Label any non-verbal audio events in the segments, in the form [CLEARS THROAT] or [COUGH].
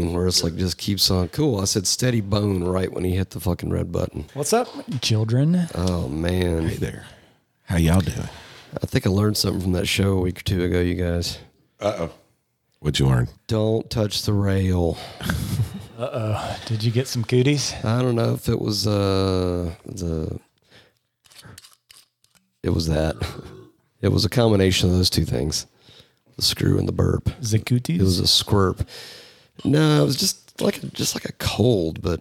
Chris like just keeps on cool. I said steady bone right when he hit the fucking red button. What's up? Children. Oh man, there. How y'all doing? I think I learned something from that show a week or two ago. You guys, What'd you learn? don't touch the rail. Did you get some cooties? I don't know if it was uh the it was that it was a combination of those two things, the screw and the burp. Zakutis? It was a squirp. No, it was just like just like a cold, but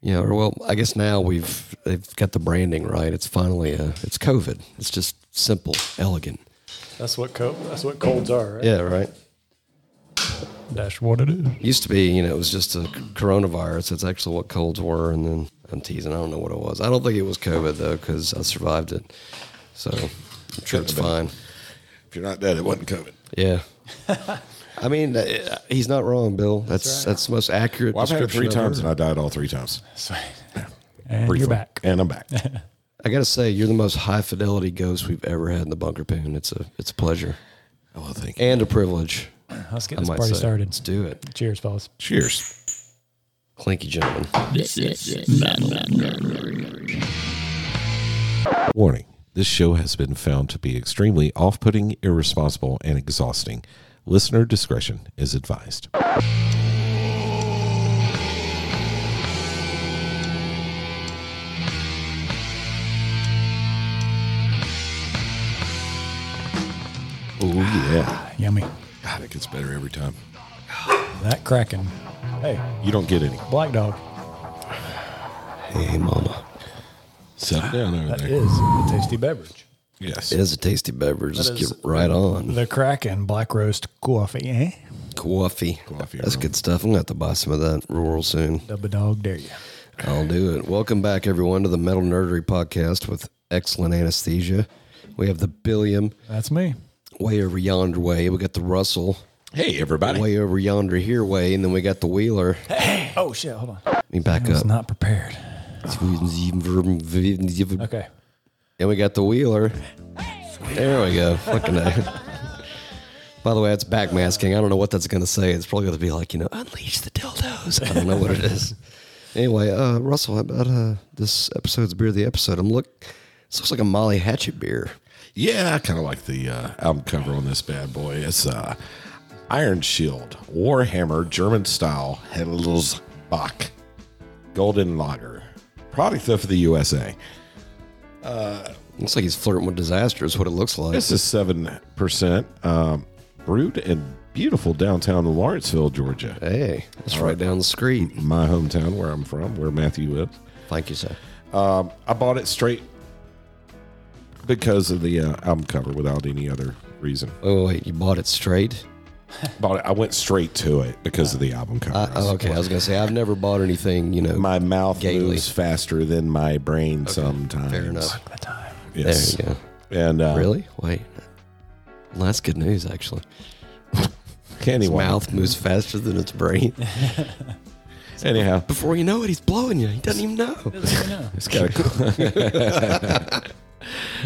you know, or well, I guess now we've they've got the branding right. It's finally a, it's COVID. It's just simple, elegant. That's what co- that's what colds are, right? Yeah, right. That's what it is. Used to be, you know, it was just a coronavirus. It's actually what colds were, and then I'm teasing. I don't know what it was. I don't think it was COVID though, because I survived it. So I'm sure it's fine. If you're not dead, it wasn't COVID. [LAUGHS] Yeah. I mean, uh, he's not wrong, Bill. That's that's, the most accurate. Well, I've had it description three I've times heard. and I died all three times. And Briefly. you're back. And I'm [LAUGHS] back. I gotta say, you're the most high fidelity ghost we've ever had in the bunker poon. It's a it's a pleasure oh, thank you. and a privilege. Let's get I this might party say. started. Let's do it, Cheers, fellas. Cheers. clinky gentlemen. Warning this show has been found to be extremely off putting, irresponsible, and exhausting. Listener discretion is advised. Oh, yeah. Yummy. God, it gets better every time. That cracking. Hey, You don't get any. Black Dog. Hey, mama. Settle down over That there. is a tasty beverage. Yes. It is a tasty beverage. Let's is- get right on. The Kraken Black Roast Coffee, eh? Coffee. Coffee, That's bro. good stuff. I'm gonna have to buy some of that rural soon. Dub a dog, dare you. I'll do it. Welcome back, everyone, to the Metal Nerdery Podcast with excellent anesthesia. We have the Billiam That's me. way over yonder way. We got the Russell Hey, everybody. way over yonder here way, and then we got the Wheeler. Let Oh, shit. Hold on. me back I was up. not prepared. And Okay. we got the Wheeler. There we go. Fucking A. [LAUGHS] By the way, that's backmasking. I don't know what that's going to say. It's probably going to be like, you know, unleash the dildos. I don't know what it [LAUGHS] is. Anyway, uh, Russell, how about uh, this episode's beer of the episode? I'm look. This looks like a Molly Hatchet beer. Yeah, I kind of like the uh, album cover on this bad boy. It's uh, Iron Shield, Warhammer, German style, Hellsbach, Golden Lager. Product of the USA. Looks like he's flirting with disaster. Is what it looks like. This is 7%, um, brewed in beautiful downtown Lawrenceville, Georgia. Hey, that's right down the street. My hometown, where I'm from, where Matthew lives. Thank you, sir. I bought it straight because of the uh, album cover without any other reason. Oh wait, you bought it straight? Bought it, I went straight to it because of the album cover. I, oh, okay, I was gonna say I've never bought anything. You know, my mouth Gaily. moves faster than my brain sometimes. fair enough. The time. There Yes. you go. And uh, Really? Wait. Well, that's good news, actually. His Anyway, mouth moves faster than its [LAUGHS] brain. Anyhow, Before you know it, he's blowing you. He doesn't even [LAUGHS] know. it's got a [LAUGHS]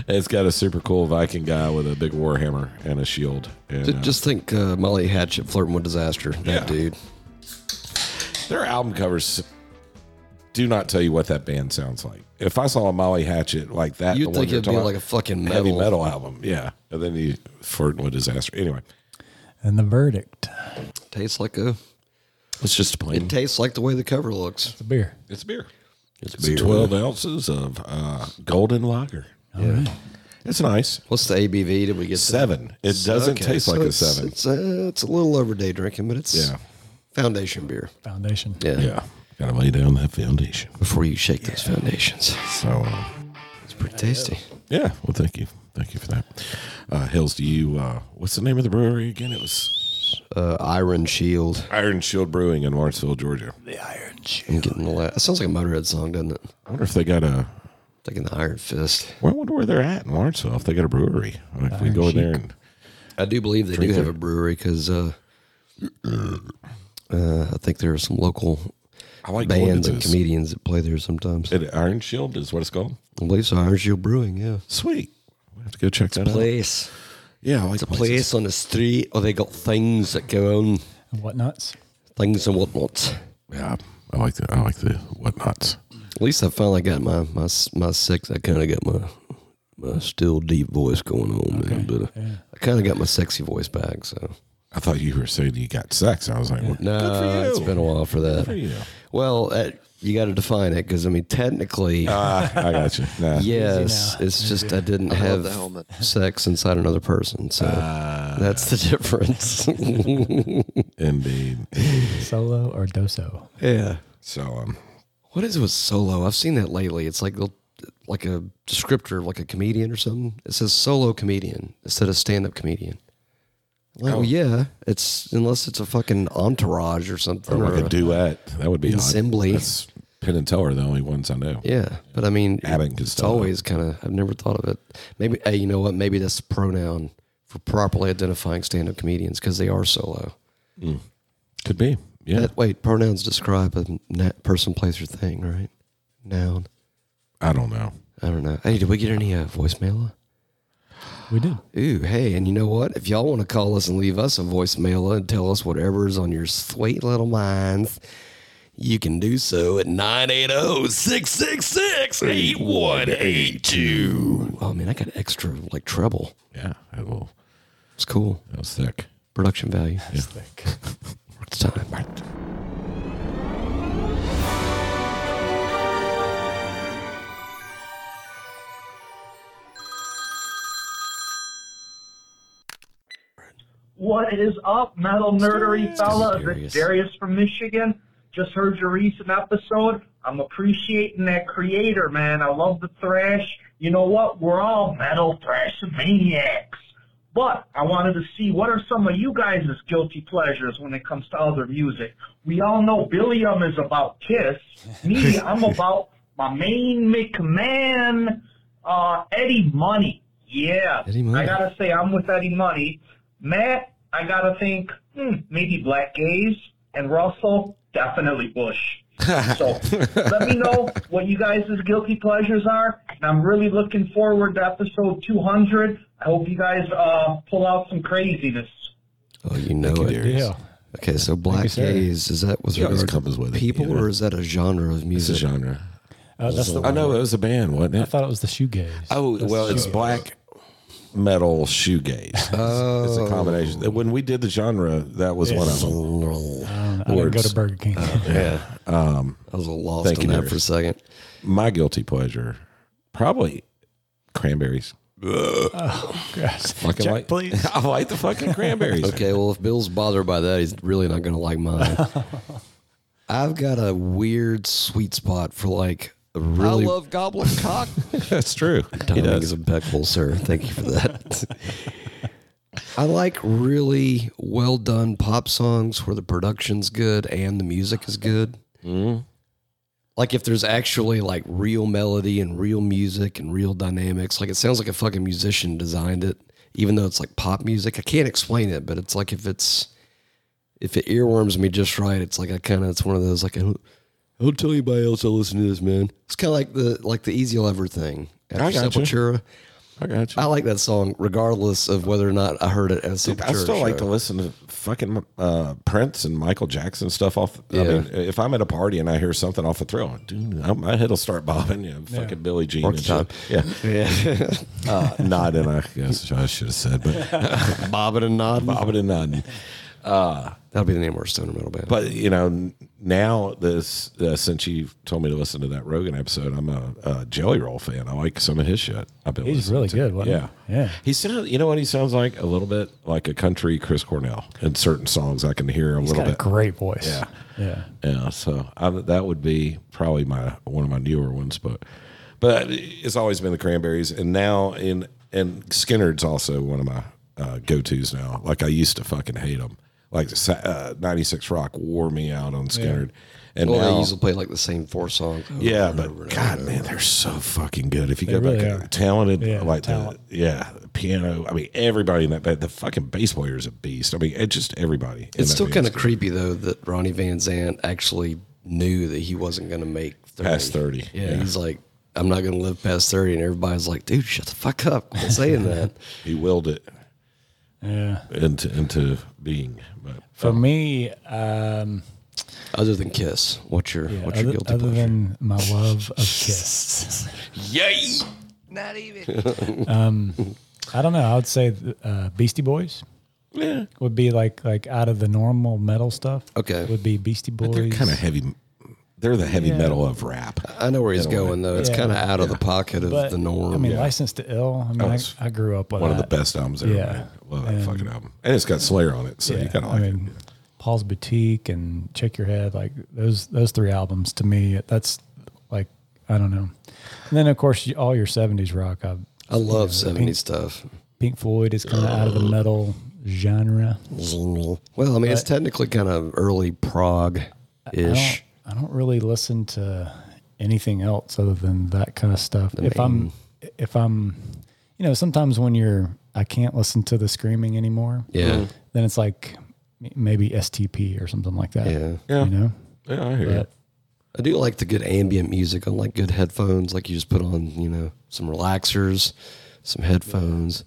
it's got a super cool Viking guy with a big warhammer and a shield. And uh, Just think uh, Molly Hatchet flirting with disaster. That Yeah. dude. their album covers do not tell you what that band sounds like. If I saw a Molly Hatchet like that, You'd the one think you're it'd be talking about- like a fucking heavy metal. metal album, yeah. And then he flirting with disaster. Anyway, And the verdict. Tastes like a. it's just plain. It tastes like the way the cover looks. It's a beer. it's beer. It's It's twelve ounces of uh, golden lager. It's nice. What's the ABV? Did we get that? Seven. It doesn't Okay, taste so like a it's- seven. It's a, it's a little overday drinking, but it's Yeah. foundation beer. Foundation. Yeah. yeah, gotta lay down that foundation. Before you shake those foundations, So, uh, it's pretty tasty. yeah. Well, thank you, thank you for that. Uh, Hills, do you? Uh, what's the name of the brewery again? It was Uh, Iron Shield. Iron Shield Brewing in Lawrenceville, Georgia. The Iron I'm getting the last. That sounds like a Motorhead song, doesn't it? I wonder if they got a. Taking the Iron Fist. Well, I wonder where they're at in Lawrenceville. If they got a brewery, Or if we go in there and I do believe they do Drink have it. a brewery because [CLEARS THROAT] uh, uh, I think there are some local I like going to bands and those. comedians that play there sometimes. Is it Iron Shield is what it's called. I believe so. Iron Shield Brewing, yeah. Sweet. We have to go check that out. Place. Yeah, I like It's a place on the street, or they got things that go on. and whatnots. Things and whatnots. Yeah, I like the I like the whatnots. At least I finally got my my s- my six. I kind of got my my still deep voice going on, man. But I, I kind of got my sexy voice back. So I thought you were saying you got sex. I was like, well, no, good for you. it's been a while for that. you know. Well, uh, you got to define it because I mean, technically, Ah, I got you. Nah. yes, it's just I didn't the have helmet. [LAUGHS] sex inside another person. So that's the difference. [LAUGHS] Indeed. Solo or doso? yeah. So um, What is it with solo? I've seen that lately. It's like they'll like a descriptor of like a comedian or something. It says solo comedian instead of stand up comedian. Well, yeah, it's unless it's a fucking entourage or something. or or like a- a duet. That would be odd. Assembly. That's Penn and Teller are the only ones I know. yeah, but I mean, Abbott and it's Costello. always kind of. I've never thought of it. Maybe hey, you know what? Maybe that's the pronoun for properly identifying stand up comedians because they are solo. Could be. Yeah. That, wait, pronouns describe a na- person, place, or thing, right? Noun. I don't know. I don't know. Hey, did we get any uh, voicemail? We did. Ooh, hey, and you know what? If y'all want to call us and leave us a voicemail and tell us whatever's on your sweet little minds, you can do so at oh, 980 666 8182. Oh, man, I got extra like treble. Yeah. I will. It's cool. That was thick. Production value. It's time. What is up, metal nerdery fella? This Darius. is Darius from Michigan. Just heard your recent episode. I'm appreciating that creator, man. I love the thrash. You know what? We're all metal thrash maniacs. But I wanted to see what are some of you guys' guilty pleasures when it comes to other music. We all know Billiam is about [LAUGHS] Kiss. Me, I'm about my main McMahon, uh, Eddie Money. Yeah. Eddie Money. I gotta say, I'm with Eddie Money. Matt, I gotta think, hmm, maybe Black Gaze. And Russell, definitely [LAUGHS] Bush. So let me know what you guys' guilty pleasures are. And I'm really looking forward to episode 200. I hope you guys uh, pull out some craziness. Oh, you know it. Yeah. Okay, so Black sir. Gaze, is that was He always regard to comes with it, people you know. or is that a genre of It's a music? genre. Uh, that's the I one. know that was a band, wasn't I it? thought it was the shoegaze. Oh, well, it's black metal shoegaze. Oh. It's a combination. When we did the genre, that was one of them. I didn't go Words. to Burger King. Uh, [LAUGHS] Yeah. Um, I was a little lost thank on you, that Darius. for a second. My guilty pleasure, probably cranberries. Gosh. Fucking Jack, like, please. [LAUGHS] I like the fucking cranberries. Okay, well, if Bill's bothered by that, he's really not going to [LAUGHS] like mine. I've got a weird sweet spot for like a really. [LAUGHS] goblin cock. That's true. He Timing does. is impeccable, sir. Thank you for that. [LAUGHS] I like really well done pop songs where the production's good and the music is good. Like if there's actually like real melody and real music and real dynamics, like it sounds like a fucking musician designed it, even though it's like pop music. I can't explain it, but it's like if it's if it earworms me just right, it's like I kind of it's one of those like I don't, I don't tell anybody else I listen to this, man. It's kind of like the like the Easy Lover thing. After I gotcha. Sepultura, I got you. I like that song regardless of whether or not I heard it at a Dude, Sepultura I still like to show. listen to fucking uh, Prince and Michael Jackson stuff off. I Yeah. mean, if I'm at a party and I hear something off a thrill, dude, I- my head'll start bobbing. You know, fucking Billy Jean and Porcupine. shit. Yeah, uh, nod and I guess I should have said, but [LAUGHS] Bobbin and Nod. bobbing and nodding. That'll be the name of our stoner metal band. But you know, n- now this uh, since you told me to listen to that Rogan episode, I'm a, a Jelly Roll fan. I like some of his shit. I've been He's listening really to. good, wasn't yeah, he? Yeah. He sounds. You know what he sounds like? A little bit like a country Chris Cornell in certain songs. I can hear a He's little got a bit. great voice. Yeah. Yeah. Yeah, so I, that would be probably my one of my newer ones, but but it's always been the Cranberries, and now in and Skinner's also one of my uh, go tos now. Like I used to fucking hate them. Like Sa- uh, '96 Rock wore me out on Skinner, and well, now they usually play like the same four songs. over yeah, and over but and God, man, they're so fucking good. If you go really back, are. talented, Yeah, like talent. the yeah, the piano. I mean, everybody in that band. The fucking bass player is a beast. I mean, it just everybody. in It's that still band's kind of good. creepy though that Ronnie Van Zant actually knew that he wasn't going to make 30. Past 30, Yeah, yeah. he's like, I'm not going to [LAUGHS] live past 30, and everybody's like, dude, shut the fuck up, quit saying that. He willed it. Yeah. into into being. But For me, um, Other than Kiss, what's your yeah, what's other, your guilty other pleasure? than my love of [LAUGHS] Kiss, Yay! Um, I don't know. I would say uh, Beastie Boys. yeah, would be like like out of the normal metal stuff. Okay. would be Beastie Boys. they're kind of heavy. They're the heavy Yeah. metal of rap. I know where he's going though. It's Yeah. kind of out of the pocket of but, the norm. I mean, License to Ill. I mean, I, Oh, it's I grew up with One of that. the best albums ever. Yeah. made. Love that fucking album, and it's got Slayer on it, so you Yeah, gotta I like it. mean, Paul's Boutique and Check Your Head. Like those those three albums to me, that's like I don't know. And then of course you- all your seventies rock. I, I love '70s stuff. Pink Floyd is kind of out of the metal genre. Well, I mean, it's technically kind of early prog I ish. don't, I don't really listen to anything else other than that kind of stuff. if I'm, if I'm, you know, sometimes when you're, I can't listen to the screaming anymore. Yeah. Then it's like m- maybe STP or something like that. Yeah. Yeah. You know, Yeah, I hear you. but I do like the good ambient music on like good headphones. Like you just put on, you know, some relaxers, some headphones.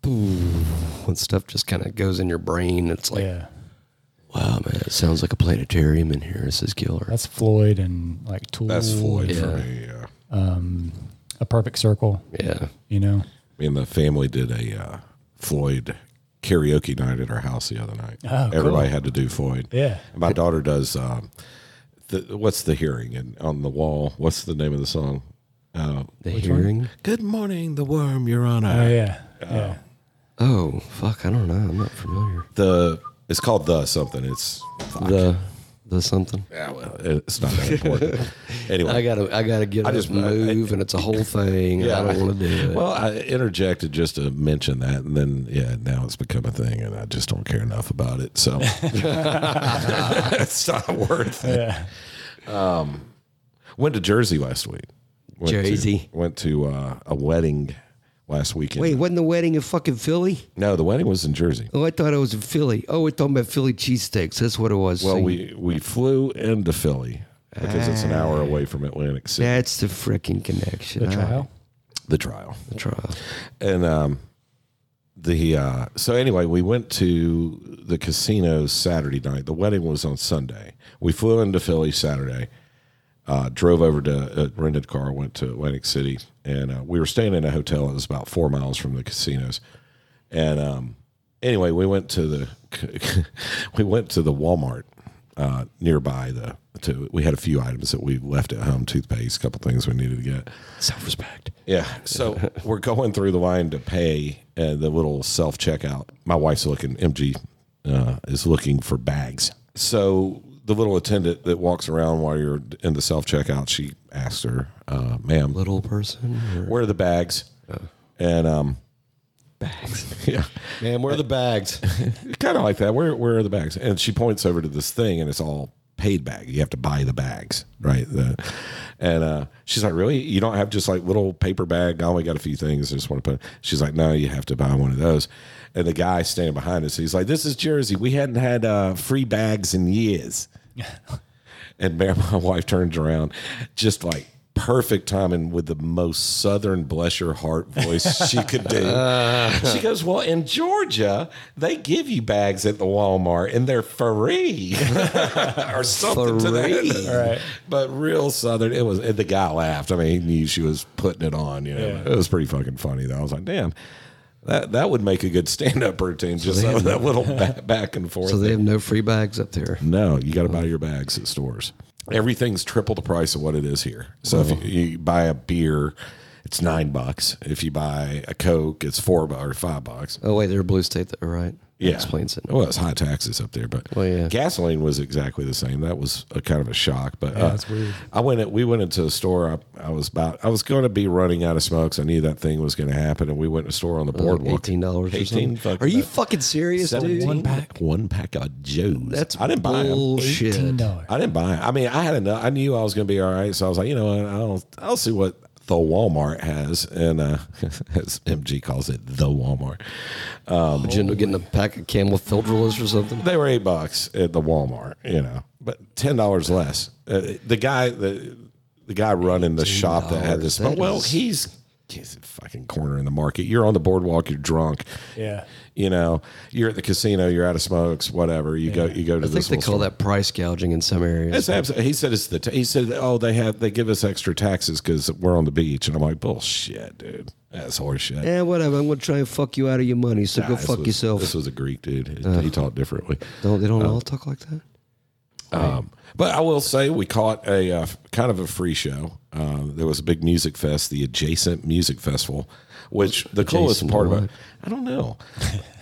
Boom. When stuff just kind of goes in your brain, it's like, yeah, wow, man, it sounds like a planetarium in here. This is killer. that's Floyd and like Tool. That's Floyd for Yeah. me. Yeah. A perfect circle. Yeah. You know, Me and the family did a uh, Floyd karaoke night at our house the other night. Oh, cool. Everybody had to do Floyd. Yeah. And my daughter does. Um, the, what's the hearing and on the wall? What's the name of the song? Uh, The hearing. Good morning, the worm, Your Honor. oh yeah, yeah. Oh, fuck. I don't know. I'm not familiar. The it's called the something. It's The, the something. yeah, well, it's not [LAUGHS] that important. anyway, I gotta, I gotta get I just- just, move, and it's a whole thing. Yeah, I don't want to do it. Well, I interjected just to mention that, and then yeah, now it's become a thing, and I just don't care enough about [LAUGHS] it. So [LAUGHS] it's not worth it. Um, went to Jersey last week. Went to- Jersey. went to uh, a wedding last weekend. Wait, wasn't the wedding in fucking Philly? no, the wedding was in Jersey. Oh, I thought it was in Philly. Oh, we're talking about Philly cheesesteaks. That's what it was. Well, See, we we flew into Philly because it's an hour away from Atlantic City. that's the freaking connection. The All right, trial. The trial. the trial. and um the uh so anyway we went to the casino saturday night the wedding was on sunday we flew into philly saturday uh drove over to uh, rented car went to atlantic city and uh, we were staying in a hotel that was about four miles from the casinos and um anyway we went to the [LAUGHS] we went to the walmart uh nearby the to we had a few items that we left at home toothpaste a couple things we needed to get Self respect. yeah. So we're going through the line to pay uh, the little self checkout. My wife's looking, MG uh, is looking for bags. So the little attendant that walks around while you're in the self checkout, she asks her, uh, ma'am, Little person. Or where are the bags? And, um, bags. [LAUGHS] yeah, Man, where are the [LAUGHS] bags? kind of like that. Where, where are the bags? And she points over to this thing and it's all paid bag. You have to buy the bags, right? The, and uh, she's like, really? You don't have just like little paper bag? I only got a few things. I just want to put. She's like, no, you have to buy one of those. And the guy standing behind us, he's like, this is Jersey. We hadn't had uh, free bags in years. And [LAUGHS] man, my wife turns around, just like perfect timing with the most southern bless your heart [LAUGHS] voice she could do. she goes, Well, in Georgia, they give you bags at the Walmart and they're free [LAUGHS] or something to Free. that. Right. But real southern, it was and the guy laughed. I mean, he knew she was putting it on, you know. Yeah. It was pretty fucking funny though. I was like, damn. That, that would make a good stand up routine, just they [LAUGHS] that, have- that little back, back and forth. So they have no free bags up there. No, you got to buy your bags at stores. Everything's triple the price of what it is here. So if you, you buy a beer, it's nine bucks. If you buy a Coke, it's four bu- or five bucks. Oh wait, they're a blue state, though, right? That Yeah, explains it. Well, it's high taxes up there, but Well, yeah. gasoline was exactly the same. That was a kind of a shock, but uh, that's weird. I went. In, we went into a store. I, I was about. I was going to be running out of smokes. I knew that thing was going to happen, and we went to a store on the boardwalk. Uh, Eighteen dollars. Eighteen. Are you fucking serious, dude? One pack. One pack of Joes. That's I didn't buy them. bullshit. Ten dollars. I didn't buy it. I mean, I had enough. I knew I was going to be all right, so I was like, you know what? I'll I'll see what the Walmart has, and uh, [LAUGHS] as MG calls it, the Walmart. Um, Did you end up getting a pack of Camel Filterless or [LAUGHS] something? They were eight bucks at the Walmart, you know, but ten dollars less. Uh, the guy, the the guy running the shop that had this, $10, but well, that is he's he's a fucking corner in the market. You're on the boardwalk. You're drunk. Yeah. You know, you're at the casino. You're out of smokes. Whatever. You go. You go to I think this. they little call store. that price gouging in some areas. It's abs- he said it's the. T- he said, oh, they have they give us extra taxes because we're on the beach, and I'm like, bullshit, dude. That's horseshit. Yeah, whatever. I'm gonna try and fuck you out of your money. So go Nah, this fuck was- yourself. This was a Greek dude. he taught differently. don't they don't all talk like that? Um, but I will say we caught a uh, kind of a free show. Uh, there was a big music fest, the adjacent music festival, which the coolest Adjacent part to about what? I don't know,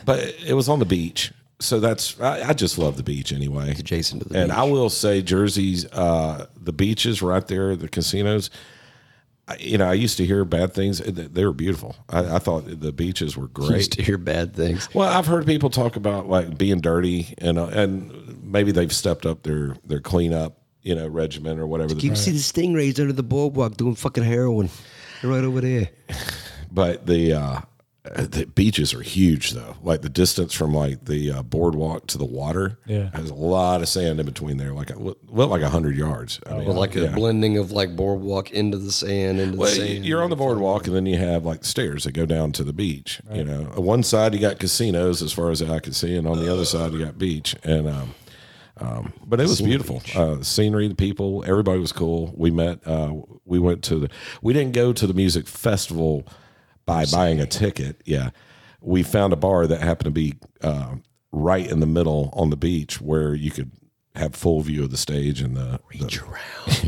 but it was on the beach. So that's I, I just love the beach anyway. adjacent to the and beach. I will say Jersey's uh, the beaches right there, the casinos. I, you know, I used to hear bad things. They they were beautiful. I, I thought the beaches were I great. used to hear bad things. Well, I've heard people talk about like being dirty and uh, and maybe they've stepped up their their cleanup, you know, regimen or whatever. You see the stingrays under the boardwalk doing fucking heroin. They're right over there. but the uh, the beaches are huge though. Like the distance from like the uh, boardwalk to the water, Yeah. there's a lot of sand in between there. Like well, like hundred yards. I mean, Well, like a yeah. blending of like boardwalk into the sand, into Well, the sand. you're on the boardwalk, and then you have like stairs that go down to the beach. You know, On one side you got casinos as far as I can see, and on the other side you got beach. And um, um, but it was beautiful. Uh, the scenery, the people, everybody was cool. We met. Uh, we went to the. We didn't go to the music festival by buying a ticket. Yeah, we found a bar that happened to be uh, right in the middle on the beach where you could have full view of the stage and the, the [LAUGHS]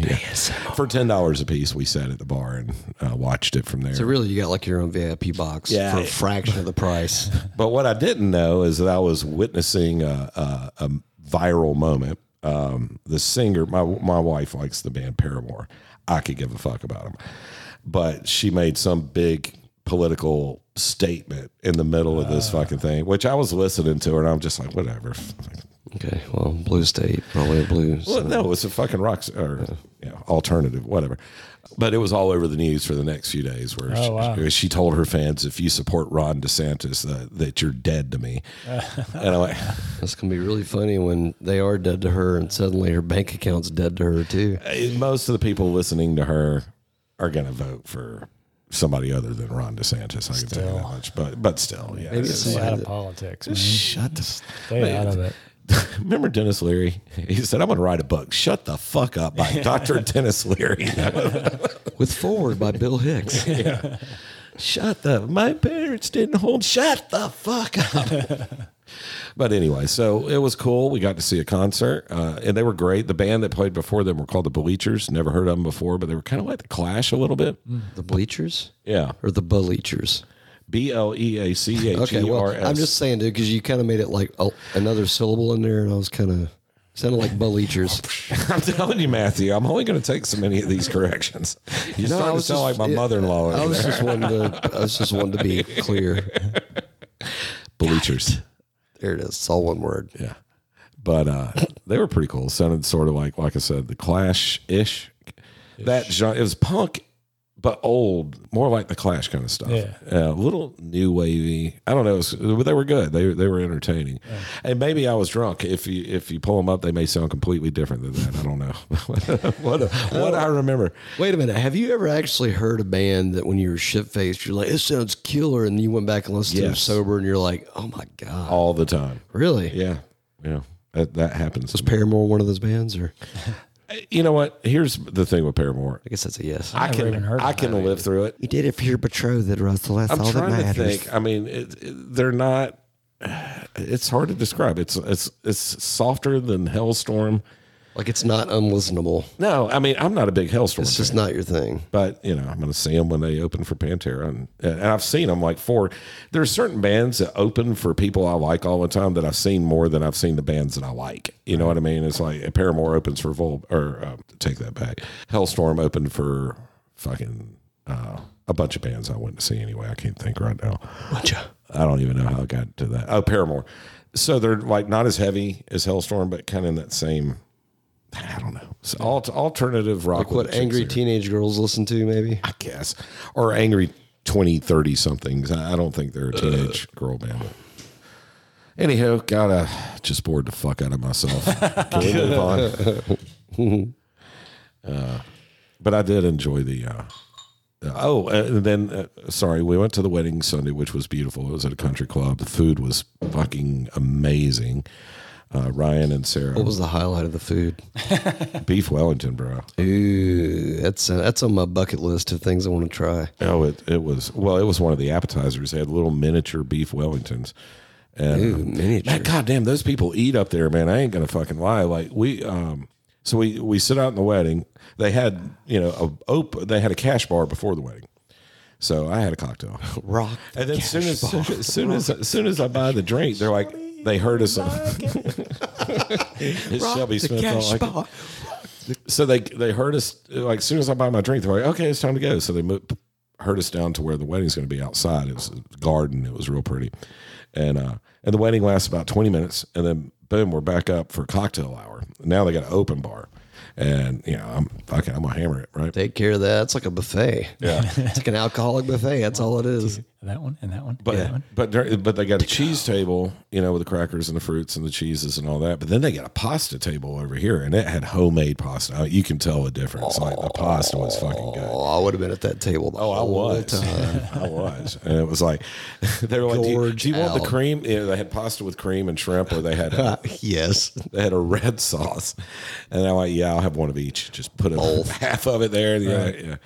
for ten dollars a piece, we sat at the bar and uh, watched it from there. So really, you got like your own VIP box for a fraction of the [LAUGHS] price. but what I didn't know is that I was witnessing a, a, a viral moment. Um, the singer, my my wife likes the band Paramore. I could give a fuck about them, but she made some big political statement in the middle of this fucking thing, which I was listening to, her and I'm just like, whatever. Okay, well, blue state, probably a blues. Well, no, it's a fucking rock s- or you know, alternative, whatever. But it was all over the news for the next few days, where she, Oh, wow. she told her fans, "If you support Ron DeSantis, that that you're dead [LAUGHS] to me." and I'm like, That's gonna be really funny when they are dead to her, and suddenly her bank account's dead to her too. eh, most of the people listening to her are going to vote for somebody other than Ron DeSantis. I can tell you that much, but but still, yeah. Maybe it's Stay out of somebody politics, man. that, shut the. Stay out of it. [LAUGHS] Remember Dennis Leary? He said, "I'm going to write a book." Shut the fuck up, [LAUGHS] by Dr. Dennis Leary. with forward by Bill [LAUGHS] Hicks. shut the my parents didn't hold shut the fuck up [LAUGHS] but anyway so it was cool we got to see a concert uh, and they were great the band that played before them were called the bleachers never heard of them before but they were kind of like the clash a little bit The bleachers yeah E or the bleachers? b-l-e-a-c-h-e-r-s Okay, well, I'm just saying, dude, because you kind of made it like a, another syllable in there, and I was kind of sounded like [LAUGHS] bleachers. [LAUGHS] I'm telling you matthew i'm only going to take so many of these corrections you I start to was sound just- like my yeah, mother-in-law I over was there. just wanting to, I was just wanting to be [LAUGHS] clear. bleachers There it is. It's all one word. Yeah. But uh, they were pretty cool. Sounded sort of like, like I said, the Clash ish. That genre, it was punk, but old, more like the Clash kind of stuff. Uh, Yeah. a little new wavy. I don't know. It was- but they were good. They they were entertaining. And maybe I was drunk. If you if you pull them up, they may sound completely different than that. I don't know. [LAUGHS] what what I remember. Wait a minute. Have you ever actually heard a band that when you were shit faced, you're like, "This sounds killer," and you went back and listened to them Yes. sober, and you're like, "Oh my god, all the time. really?" Yeah. Yeah. That, that happens. Was Paramore one of those bands, or You know what? Here's the thing with Paramore. I guess that's a yes. I can even heard I of can live through it. you did it for your betrothed, Russell. That's I'm trying to think. I mean, it, it- they're not. It's hard to describe. It's it's it's softer than Hellstorm. Like it's not unlistenable. No, I mean I'm not a big Hellstorm, It's fan, just not your thing. but you know I'm going to see them when they open for Pantera, and and I've seen them like four. There are certain bands that open for people I like all the time that I've seen more than I've seen the bands that I like. You know what I mean? It's like Paramore opens for Vol or uh, take that back. Hellstorm opened for fucking uh, a bunch of bands I went to see anyway. I can't think right now. I don't even know how it got to that. Oh, Paramore. So they're like not as heavy as Hellstorm, but kind of in that same. I don't know. So alt- alternative rock. Like what with angry chicks there, teenage girls listen to, maybe. I guess, or angry 20, 30 somethings. I I don't think they're a teenage girl band. But. Anyhow, gotta just bored the fuck out of myself. Can we move on? uh, but I did enjoy the uh, Oh, uh, and then uh, sorry, we went to the wedding Sunday, which was beautiful. It was at a country club. The food was fucking amazing. Uh, Ryan and Sarah, What was the highlight of the food? beef Wellington, bro. Ooh, that's uh, that's on my bucket list of things I want to try. Oh, it, it was well. It was one of the appetizers. They had little miniature beef Wellingtons, and Ooh, miniature. man, goddamn, those people eat up there, man. I ain't gonna fucking lie. Like we, um, so we we sit out in the wedding. They had you know a op- They had a cash bar before the wedding, so I had a cocktail. Rock. And then soon as soon, as soon as as soon as I buy the drink, they're like they heard us. [LAUGHS] It's Shelby Smith. I like it. So they they heard us like as soon as I buy my drink, they're like, okay, it's time to go. So they mo- heard us down to where the wedding's going to be outside. It was a garden. It was real pretty, and uh, and the wedding lasts about twenty minutes, and then boom, we're back up for cocktail hour. Now they got an open bar, and you know I'm fucking I'm gonna hammer it right. Take care of that. It's like a buffet. Yeah. [LAUGHS] It's like an alcoholic buffet. That's all it is. That one and that one. But that one. but there- but they got a cheese table, you know, with the crackers and the fruits and the cheeses and all that. But then they got a pasta table over here, and it had homemade pasta. Uh, You can tell a difference. Like the pasta was fucking good. Oh, I would have been at that table. The Oh, I whole was, Time. [LAUGHS] [LAUGHS] I was, and it was like [LAUGHS] they were like, "Do you, Gorge do you want out. the cream?" You know, they had pasta with cream and shrimp, or they had [LAUGHS] a, yes. they had a red sauce, and I'm like, "Yeah, I'll have one of each. Just put a, [LAUGHS] half of it there." And, the other- yeah.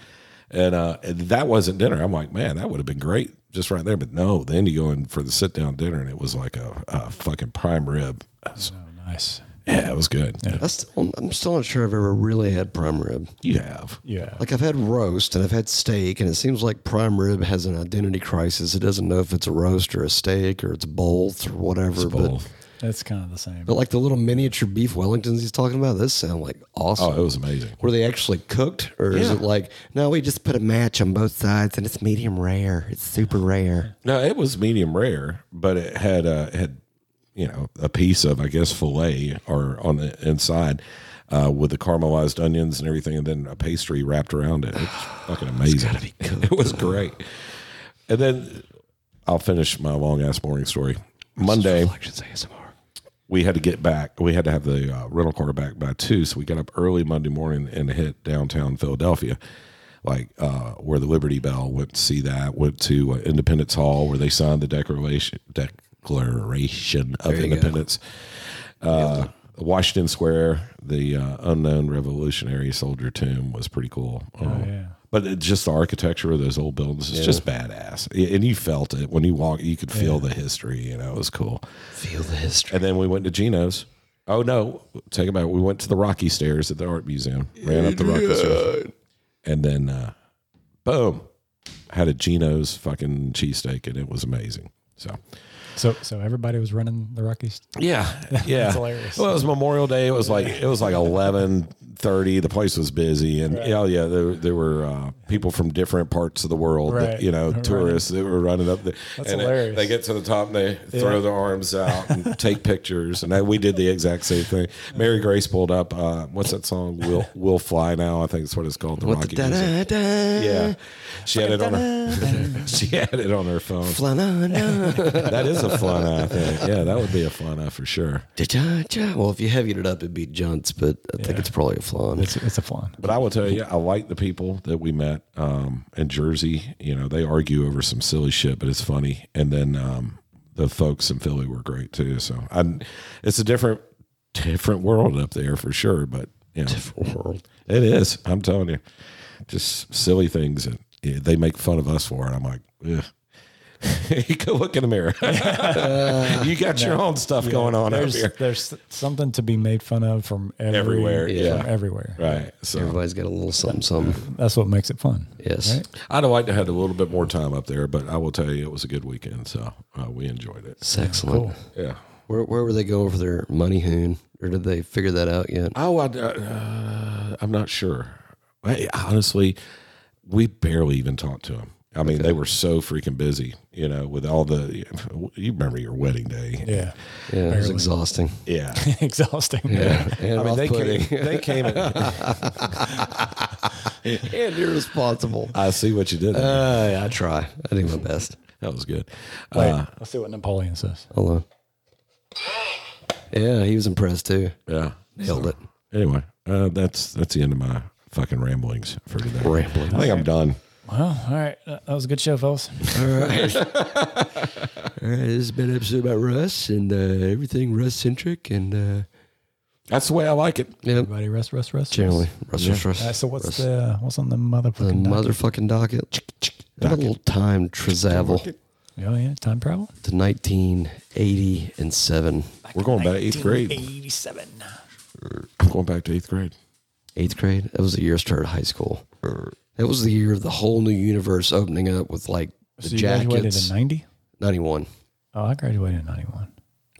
and uh, and that wasn't dinner. I'm like, "Man, that would have been great just right there." But no, then you go in for the sit down dinner, and it was like a, a fucking prime rib. I was- Oh, nice. yeah, it was good. I still, I'm still not sure I've ever really had prime rib. You have. Yeah. Like I've had roast and I've had steak, and it seems like prime rib has an identity crisis. It doesn't know if it's a roast or a steak or it's both or whatever. but- Both. That's kind of the same. But like the little miniature beef Wellingtons he's talking about, those sound like awesome. Oh, it was amazing. Were they actually cooked, or is Yeah. it like no? We just put a match on both sides, and it's medium rare. It's super [SIGHS] rare. No, it was medium rare, but it had uh, it had you know a piece of I guess fillet or on the inside uh, with the caramelized onions and everything, and then a pastry wrapped around it. It was fucking amazing. [LAUGHS] it was great. And then I'll finish my long ass boring story. Monday Reflections ASMR. we had to get back. We had to have the uh, rental car back by two. So we got up early Monday morning and hit downtown Philadelphia, like uh, where the Liberty Bell went to see that, went to uh, Independence Hall where they signed the Declaration, Declaration of you go. Independence, uh, Washington Square, the uh, unknown revolutionary soldier tomb was pretty cool. Oh, Um, yeah. But it, just the architecture of those old buildings is just badass. Y- And you felt it when you walk, you could feel the history, you know, it was cool. Feel the history. And then we went to Gino's. Oh no, take it back. We went to the Rocky Stairs at the art museum. Ran up the Rocky Stairs, and then uh, boom, had a Gino's fucking cheesesteak, and it was amazing. So so so everybody was running the Rockies. [LAUGHS] yeah, yeah. hilarious. Well, it was Memorial Day. It was like it was like eleven thirty. The place was busy, and yeah, yeah. There, there were uh, people from different parts of the world. Right. That, you know, tourists that were running up. The, That's hilarious. They, get to the top and they throw their arms out and [LAUGHS] take pictures. And we did the exact same thing. Mary Grace pulled up. Uh, what's that [LAUGHS] song? We'll We'll Fly Now. I think it's what it's called. The Rocky music. Yeah, she had it on her. [LAUGHS] she had it on her phone. [LAUGHS] That is a fly I think. Yeah, that would be a fly for sure. Well, if you heavied it up, it'd be junts, but I think it's probably a flan. It's it's a flan. But I will tell you, I like the people that we met um, in Jersey. You know, they argue over some silly shit, but it's funny. And then um, the folks in Philly were great too. So I, it's a different, different world up there for sure. But you know, World. it is. I'm telling you, just silly things that yeah, they make fun of us for, and I'm like, Ugh. [LAUGHS] you go look in the mirror. [LAUGHS] you got your own stuff going on up There's here, there's something to be made fun of from every, Everywhere, yeah. From everywhere. right? So. Everybody's got a little something, something. That's what makes it fun. Yes. Right? I'd have liked to have had a little bit more time up there, but I will tell you it was a good weekend, so uh, we enjoyed it. It's excellent. Yeah. Where, where were they going for their money hoon? Or did they figure that out yet? Oh, I, uh, I'm not sure. I, honestly, we barely even talked to them. I mean, they were so freaking busy, you know, with all the. You remember your wedding day? Yeah. [LAUGHS] Yeah, it was [LAUGHS] exhausting. Yeah. Exhausting. And I mean, they came, off-putting. they came. in- [LAUGHS] and irresponsible. I see what you did. [LAUGHS] there. Uh, I try. I do my best. that was good. Wait, Uh, let's see what Napoleon says. Hold on. Yeah, he was impressed too. yeah. Nailed it. Anyway, uh, that's that's the end of my fucking ramblings for today. Ramblings. I think I'm done. Well, all right. That was a good show, fellas. All right. All right. This has been an episode about Russ and uh, everything Russ centric. And uh, That's the way I like it. yeah, Everybody rest, rest, rest. generally, rest. Russ, Russ, Russ. All right, so what's Russ. the uh, what's on the motherfucking the docket? motherfucking docket? What a little time travel to Oh yeah, time travel. 1980 and seven. We're going back to eighth grade. Eighty-seven. We're going back to eighth grade. Eighth grade. That was the year I started high school. That was the year of the whole new universe opening up with like the So you graduated jackets. in ninety. 91. Oh, I graduated in ninety-one.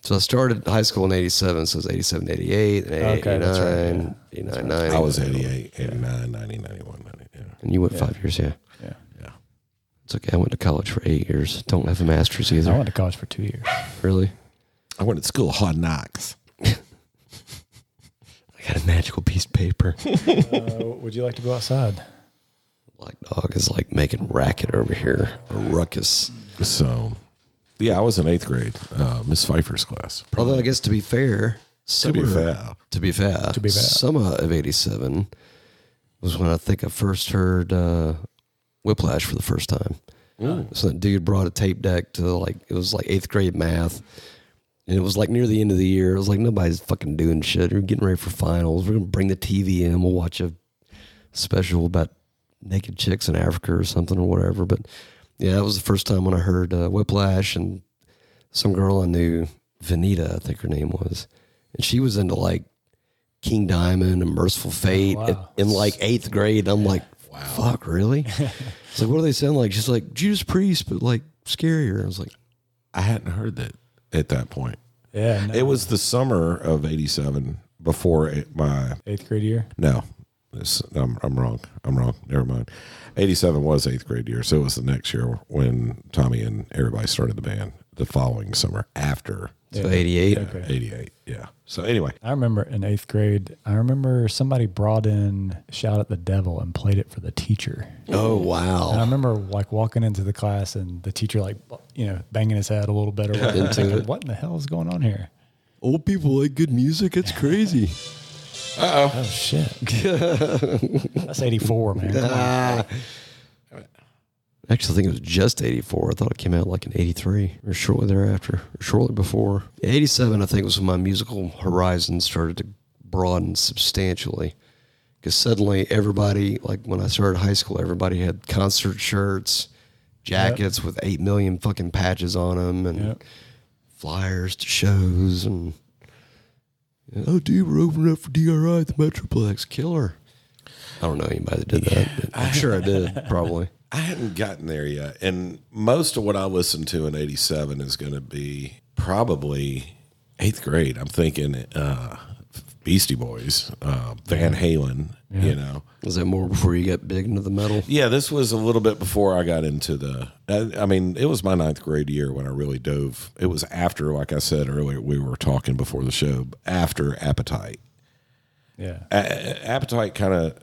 So I started high school in 87. So it was 87, 88, and Okay, 89, that's right, 89, I was 88, 89, 90, 91, 90. Yeah. And you went five years, yeah. Yeah. Yeah. It's okay. I went to college for eight years. Don't have a master's either. I went to college for two years. really? I went to school hard knocks. I got a magical piece of paper. Uh, would you like to go outside? Black dog is like making racket over here. A ruckus. So, yeah, I was in eighth grade, uh, Miss Pfeiffer's class. Although I guess to be fair, To be summer- fair. to be fair, to be fair. summer of '87 was when I think I first heard uh, Whiplash for the first time. So that dude brought a tape deck to like it was like eighth grade math, and it was like near the end of the year. It was like nobody's fucking doing shit. We're getting ready for finals. We're gonna bring the TV in. We'll watch a special about naked chicks in Africa or something or whatever. But yeah, that was the first time when I heard uh, Whiplash and some girl I knew, Vanita, I think her name was, and she was into like King Diamond and Merciful Fate wow. in- in like eighth grade. I'm like, fuck, really? it's like, what do they sound like? She's like Judas Priest, but like scarier. I was like, I hadn't heard that at that point. Yeah. no, It was the summer of 87 before it, my eighth grade year. No, It's- I'm, I'm wrong. I'm wrong. Never mind. 87 was eighth grade year. So it was the next year when Tommy and everybody started the band the following summer after so 88. 88. Yeah. So anyway, I remember in eighth grade. I remember somebody brought in "Shout at the Devil" and played it for the teacher. Oh, And I wow. remember like walking into the class and the teacher like you know banging his head a little bit or whatever. Into Thinking, it. what in the hell is going on here? Old people like good music. It's crazy. Oh [LAUGHS] shit! That's eighty four, man. Come [LAUGHS] on. Actually, I think it was just 84. I thought it came out like in 83 or shortly thereafter, or shortly before. 87, I think, was when my musical horizon started to broaden substantially. Because suddenly everybody, like when I started high school, everybody had concert shirts, jackets with 8 million fucking patches on them, and Yep. flyers to shows. And, oh, dude, we're opening up for DRI at the Metroplex. Killer. I don't know anybody that did that, but I'm sure I did, [LAUGHS] probably. I hadn't gotten there yet. And most of what I listened to in 87 is going to be probably eighth grade. I'm thinking uh, Beastie Boys, uh, Van Halen, you know. Was that more before you got big into the metal? Yeah, this was a little bit before I got into the. uh, I, I mean, it was my ninth grade year when I really dove. It was after, like I said earlier, we were talking before the show, after Appetite. Yeah. A- A- Appetite kind of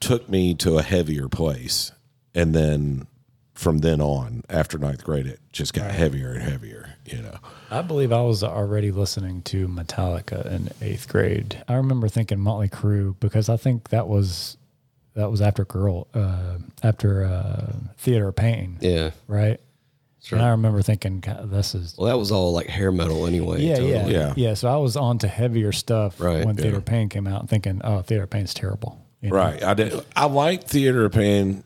took me to a heavier place. And then from then on, after ninth grade, it just got heavier and heavier, you know. I believe I was already listening to Metallica in eighth grade. I remember thinking Motley Crue because I think that was that was after Girl, uh, after uh, Theater of Pain, Yeah. right? And I remember thinking, God, this is Well, that was all like hair metal anyway. yeah, totally. yeah, Yeah. yeah, So I was on to heavier stuff Right, when yeah. Theater of Pain came out, thinking, oh, Theater of Pain's terrible. You know? Right. I did. I liked Theater of Pain.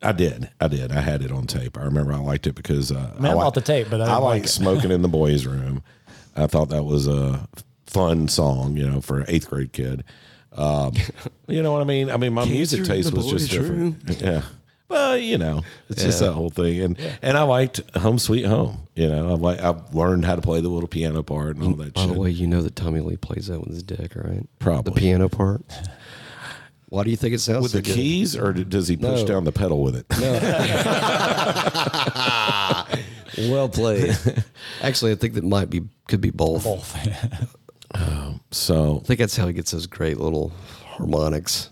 I did. I did. I had it on tape. I remember I liked it because uh, I I bought liked- the tape, but I I, didn't like liked it. smoking [LAUGHS] in the boys' room. I thought that was a fun song, you know, for an eighth grade kid. Um, you know what I mean? I mean, my music Kids are in taste the was just boys' different. [LAUGHS] Yeah. Well, you know, it's just that whole thing, and and I liked Home Sweet Home. You know, I like I learned how to play the little piano part and all that By shit. the way, you know that Tommy Lee plays that with his dick, right? Probably. The piano part. [LAUGHS] Why do you think it sounds with so the good? keys, or d- does he push No. down the pedal with it? Well played. [LAUGHS] Actually, I think that might be could be both. Both. So I think that's how he gets those great little harmonics,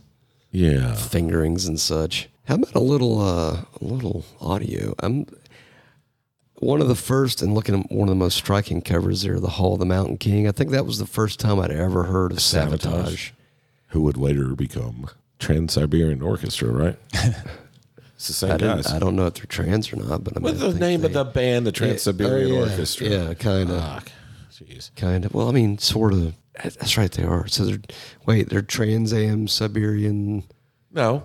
yeah, fingerings, and such. How about a little uh, a little audio? I'm one of the first and looking at one of the most striking covers there, the Hall of the Mountain King. I think that was the first time I'd ever heard of sabotage. [LAUGHS] who would later become Trans Siberian Orchestra, right? It's the same I, guys. didn't, I don't know if they're trans or not, but I mean, What's I the think name of they- the band, the Trans Siberian Oh, yeah. Orchestra? Yeah, kind of, Fuck. Jeez. kind of. Well, I mean, sort of. That's right, they are. So they're wait, they're Trans Am Siberian No.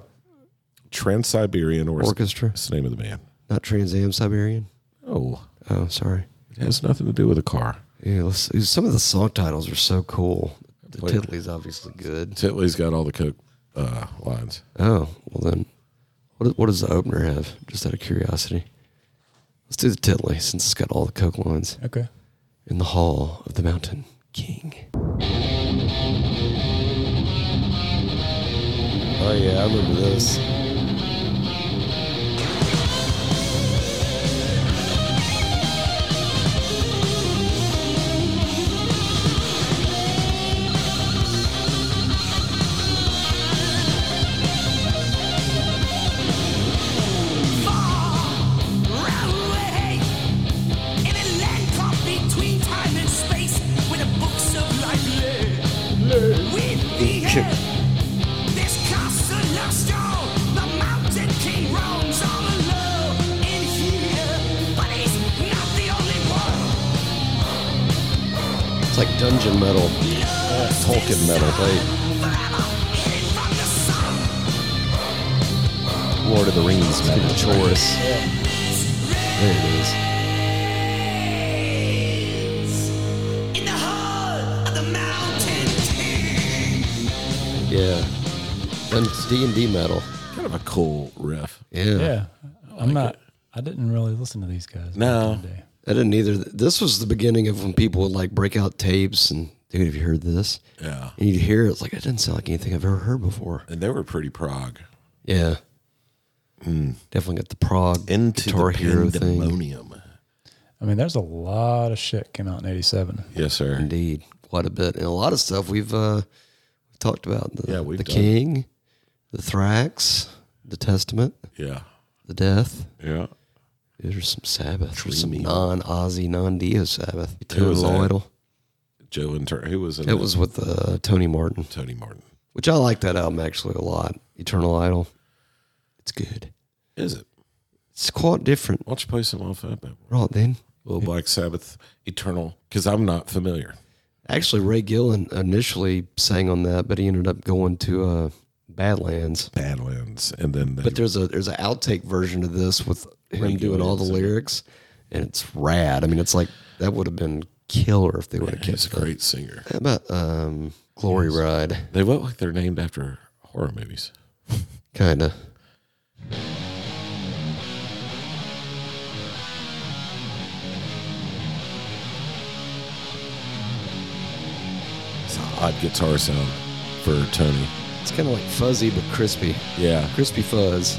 Trans Siberian Orchestra. Orchestra, That's the name of the band. not Trans Am Siberian. Oh, Oh, sorry. it has nothing to do with a car. Yeah, let's, some of the song titles are so cool. The Tiddly's obviously good. Titley's got all the Coke uh, lines. Oh, well then, what, does- what does the opener have? Just out of curiosity. Let's do the Tiddly since it's got all the Coke lines. [LAUGHS] Okay. In the Hall of the Mountain King. Oh, yeah, I remember this. It's like dungeon metal. Tolkien metal. Like Lord of the Rings. kind of chorus. There it is. Yeah. D and D metal. Kind of a cool riff. Yeah. Yeah. I'm not. I didn't really listen to these guys. Back No. in the day. I didn't either. This was the beginning of when people would like break out tapes and dude, have you heard this? Yeah. And you'd hear it, it's like it didn't sound like anything I've ever heard before. And they were pretty prog. Yeah. Definitely got the prog Hmm. Into guitar the hero thing. pandemonium. I mean, there's a lot of shit came out in '87. Yes, sir. Indeed. Quite a bit. And a lot of stuff we've uh we've talked about. The, Yeah, we've the done. King, the Thrax, the Testament, Yeah. the Death. Yeah. There's some Sabbath. There's some Dreamy. non Ozzy, non Dio Sabbath. Who was that? Terminal. Joe Inter. Who was in It was with uh, Tony Martin. Tony Martin. which I like that album actually a lot. Eternal Idol. It's good. Is it? It's quite different. Why don't you play some off that bad boy? Right then. Little Black Sabbath, Eternal, because I'm not familiar. Actually, Ray Gillen initially sang on that, but he ended up going to uh, Badlands. Badlands, and then they, But [LAUGHS] there's a there's an outtake version of this with him Ray doing all the lyrics, and it's rad. I mean, it's like that would have been killer if they would have he's kept. a great singer. How about um, Glory Ride? They look like they're named after horror movies. Kinda. It's an odd guitar sound for Tony. It's kind of like fuzzy but crispy, Yeah, crispy fuzz.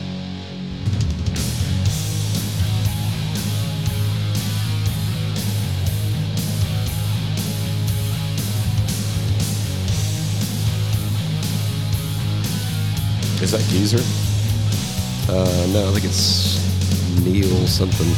is that Geezer? Uh, no, I think it's Neil something.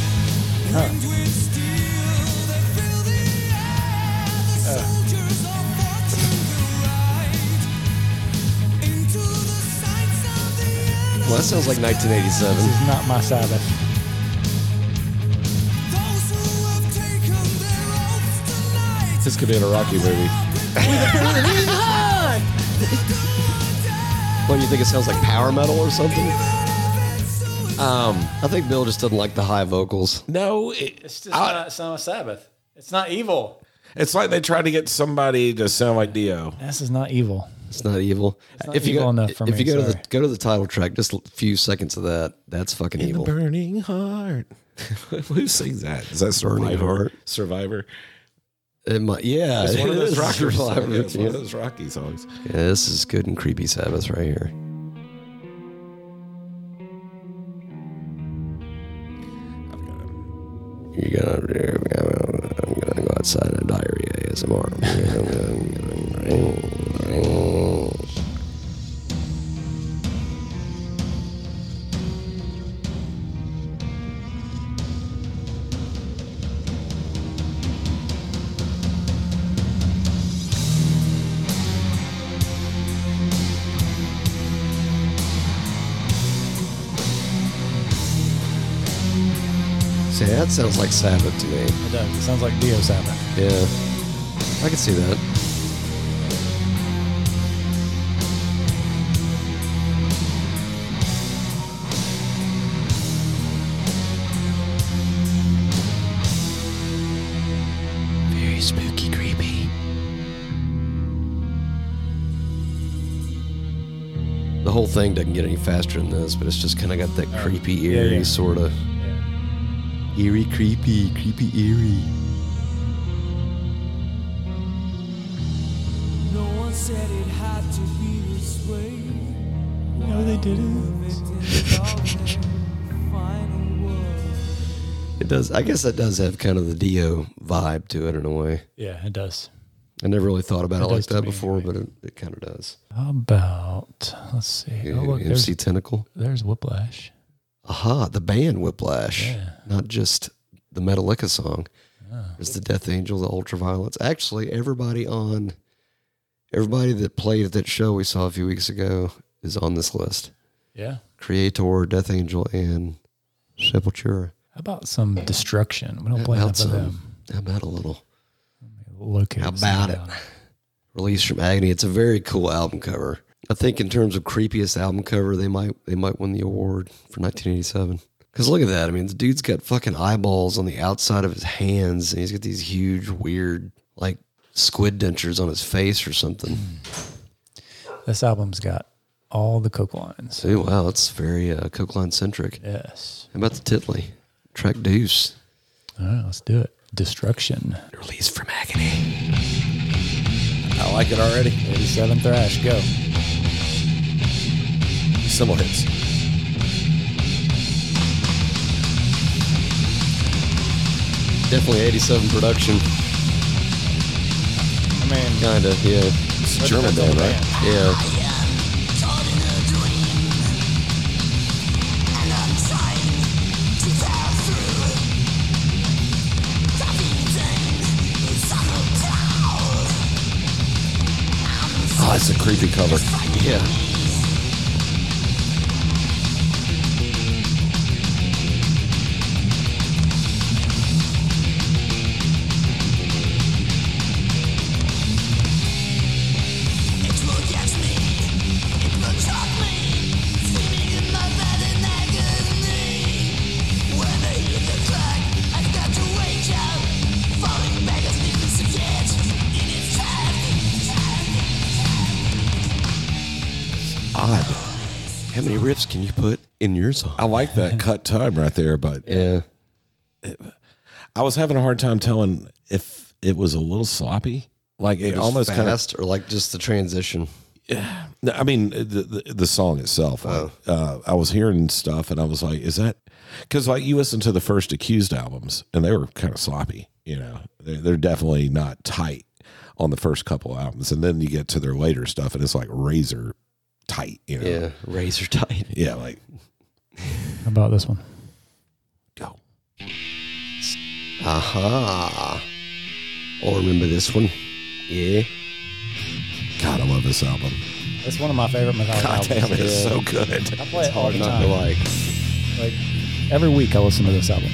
Well, that sounds like 1987. This is not my Sabbath. This could be in a Rocky movie. [LAUGHS] Well, you think it sounds like power metal or something? Ah. Um, I think Bill just doesn't like the high vocals. No, it, It's just uh, not. It's not my Sabbath. It's not evil. it's like they tried to get somebody to sound like Dio. This is not evil. It's not evil. not if you evil go, enough for if me, you go to sorry. the go to the title track, just a few seconds of that. That's fucking evil. burning heart. [LAUGHS] Who sings that? Is that Survivor? Heart. Survivor. It might- yeah, It's one of it those is [LAUGHS] Rocky songs. Survivor, Yeah, It's one yeah. of those Rocky songs. Yeah, this is good and creepy Sabbath right here. I've got it. You're gonna, I'm gonna go outside and diarrhea [LAUGHS] ASMR. See, that sounds like Sabbath to me. It does. It sounds like Dio Sabbath. Yeah. I can see that. Very spooky, creepy. The whole thing doesn't get any faster than this, but it's just kind of got that creepy, Uh, yeah, eerie yeah. sort of. Yeah. Eerie, creepy, creepy, eerie. No one said it had to be this way. No, they didn't. They did all their final work. It does. I guess that does have kind of the Dio vibe to it in a way. Yeah, it does. I never really thought about it, It like does to that me, before, anyway. but it, it kind of does. How about let's see. Oh look, there's, MC Tentacle. there's Whiplash. Aha, the band Whiplash, Yeah. Oh. not just the Metallica song. There's the Death Angel, the Ultraviolets. Actually, everybody on everybody that played at that show we saw a few weeks ago is on this list. Yeah. Creator, Death Angel, and Sepultura. How about some destruction? We don't play How enough about of some? them. How about a little? Locate How us about it? down. Released from Agony. It's a very cool album cover. I think in terms of creepiest album cover, they might they might win the award for 1987. Because look at that. I mean, the dude's got fucking eyeballs on the outside of his hands, and he's got these huge, weird, like squid dentures on his face or something. This album's got all the Coke lines. So wow, that's very uh, Coke line centric. Yes. How about the Titley track Deuce? All right, let's do it. Destruction. Released from Agony. I like it already. 87 Thrash, go. Symbol hits. Definitely 87 production. I mean, Kinda, yeah, It's a German band, right? yeah. Oh, it's a creepy cover. Yeah. Odd. How many riffs can you put in your song? I like that cut time right there, but Yeah. I was having a hard time telling if it was a little sloppy. Like it, almost kind of. fast or like just the transition. I mean, the the, the song itself. Oh. like, uh, I was hearing stuff, and I was like, "Is that?" Because like you listen to the first Accused albums, and they were kind of sloppy. You know, they're, they're definitely not tight on the first couple albums, and then you get to their later stuff, and it's like razor tight. You know, Yeah. Razor tight. yeah like how about this one? go. Aha. Oh, remember this one? Yeah. God, I love this album. It's one of my favorite Metallica albums. Damn, it's so good. I play it all Hard the not to time. like. Like every week, I listen to this album.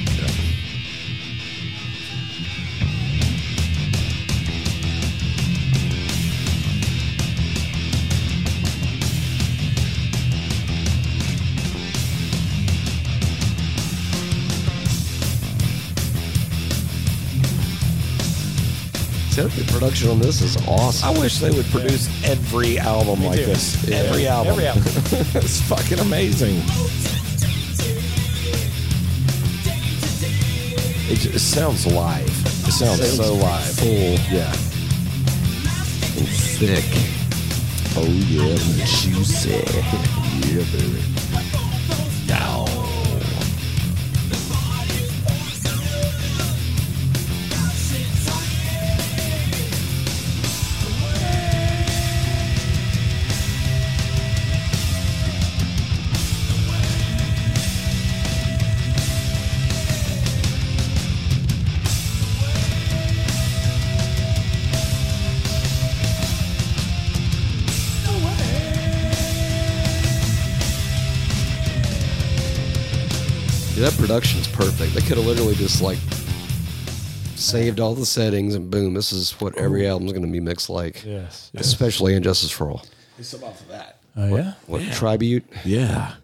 See, I think the production on this is awesome. I wish they would produce every album like too. this. Every album. Every album. [LAUGHS] it's fucking amazing. It, ju- it sounds live. It sounds, Sounds so live. full. Yeah. Thick. Oh yeah, juicy. yeah, baby. Now. Dude, that production's perfect. They could have literally just like saved all the settings and boom, this is what every album's going to be mixed like. Yes. Especially Injustice for All. It's about that. Oh yeah. What tribute? Yeah.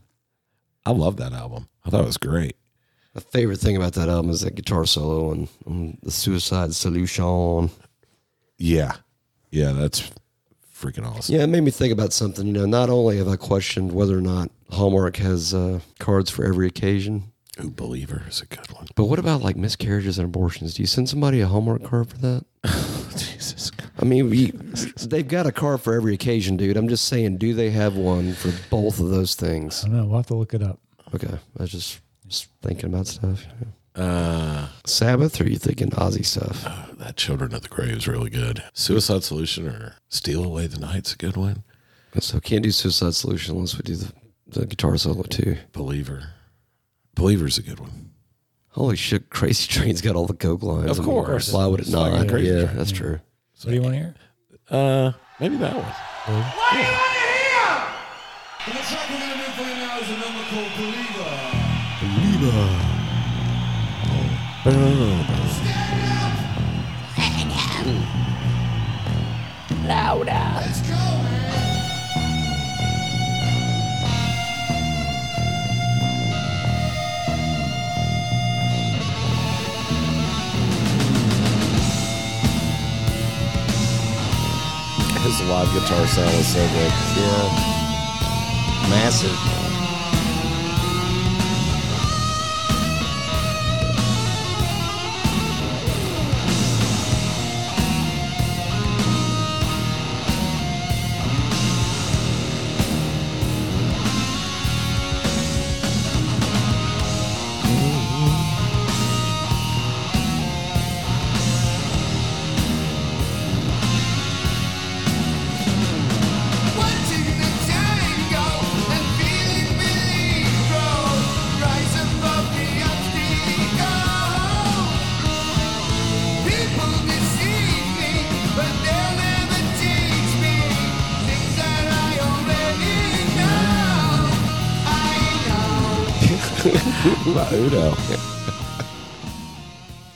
I love that album. I thought it was great. My favorite thing about that album is that guitar solo and, and the Suicide Solution. Yeah. Yeah, that's freaking awesome. Yeah, it made me think about something. You know, not only have I questioned whether or not Hallmark has uh, cards for every occasion, Ooh, Believer is a good one. but what about like miscarriages and abortions? Do you send somebody a Hallmark card for that? Jesus Christ. I mean, we, they've got a card for every occasion, dude. I'm just saying, do they have one for both of those things? I don't know. We'll have to look it up. Okay, I was just just thinking about stuff. Uh, Sabbath, or are you thinking Ozzy stuff? that Children of the Grave is really good. Suicide Solution or Steal Away the Night's a good one. So can't do Suicide Solution unless we do the, the guitar solo too. Believer. Believer's a good one. Holy shit, Crazy Train's got all the coke lines. Of I mean, course. why would it It's not? fucking Crazy yeah, Train. that's true. What do you want to hear? Uh, maybe that one. His live guitar sound was so good. Yeah. Massive. [LAUGHS] Udo.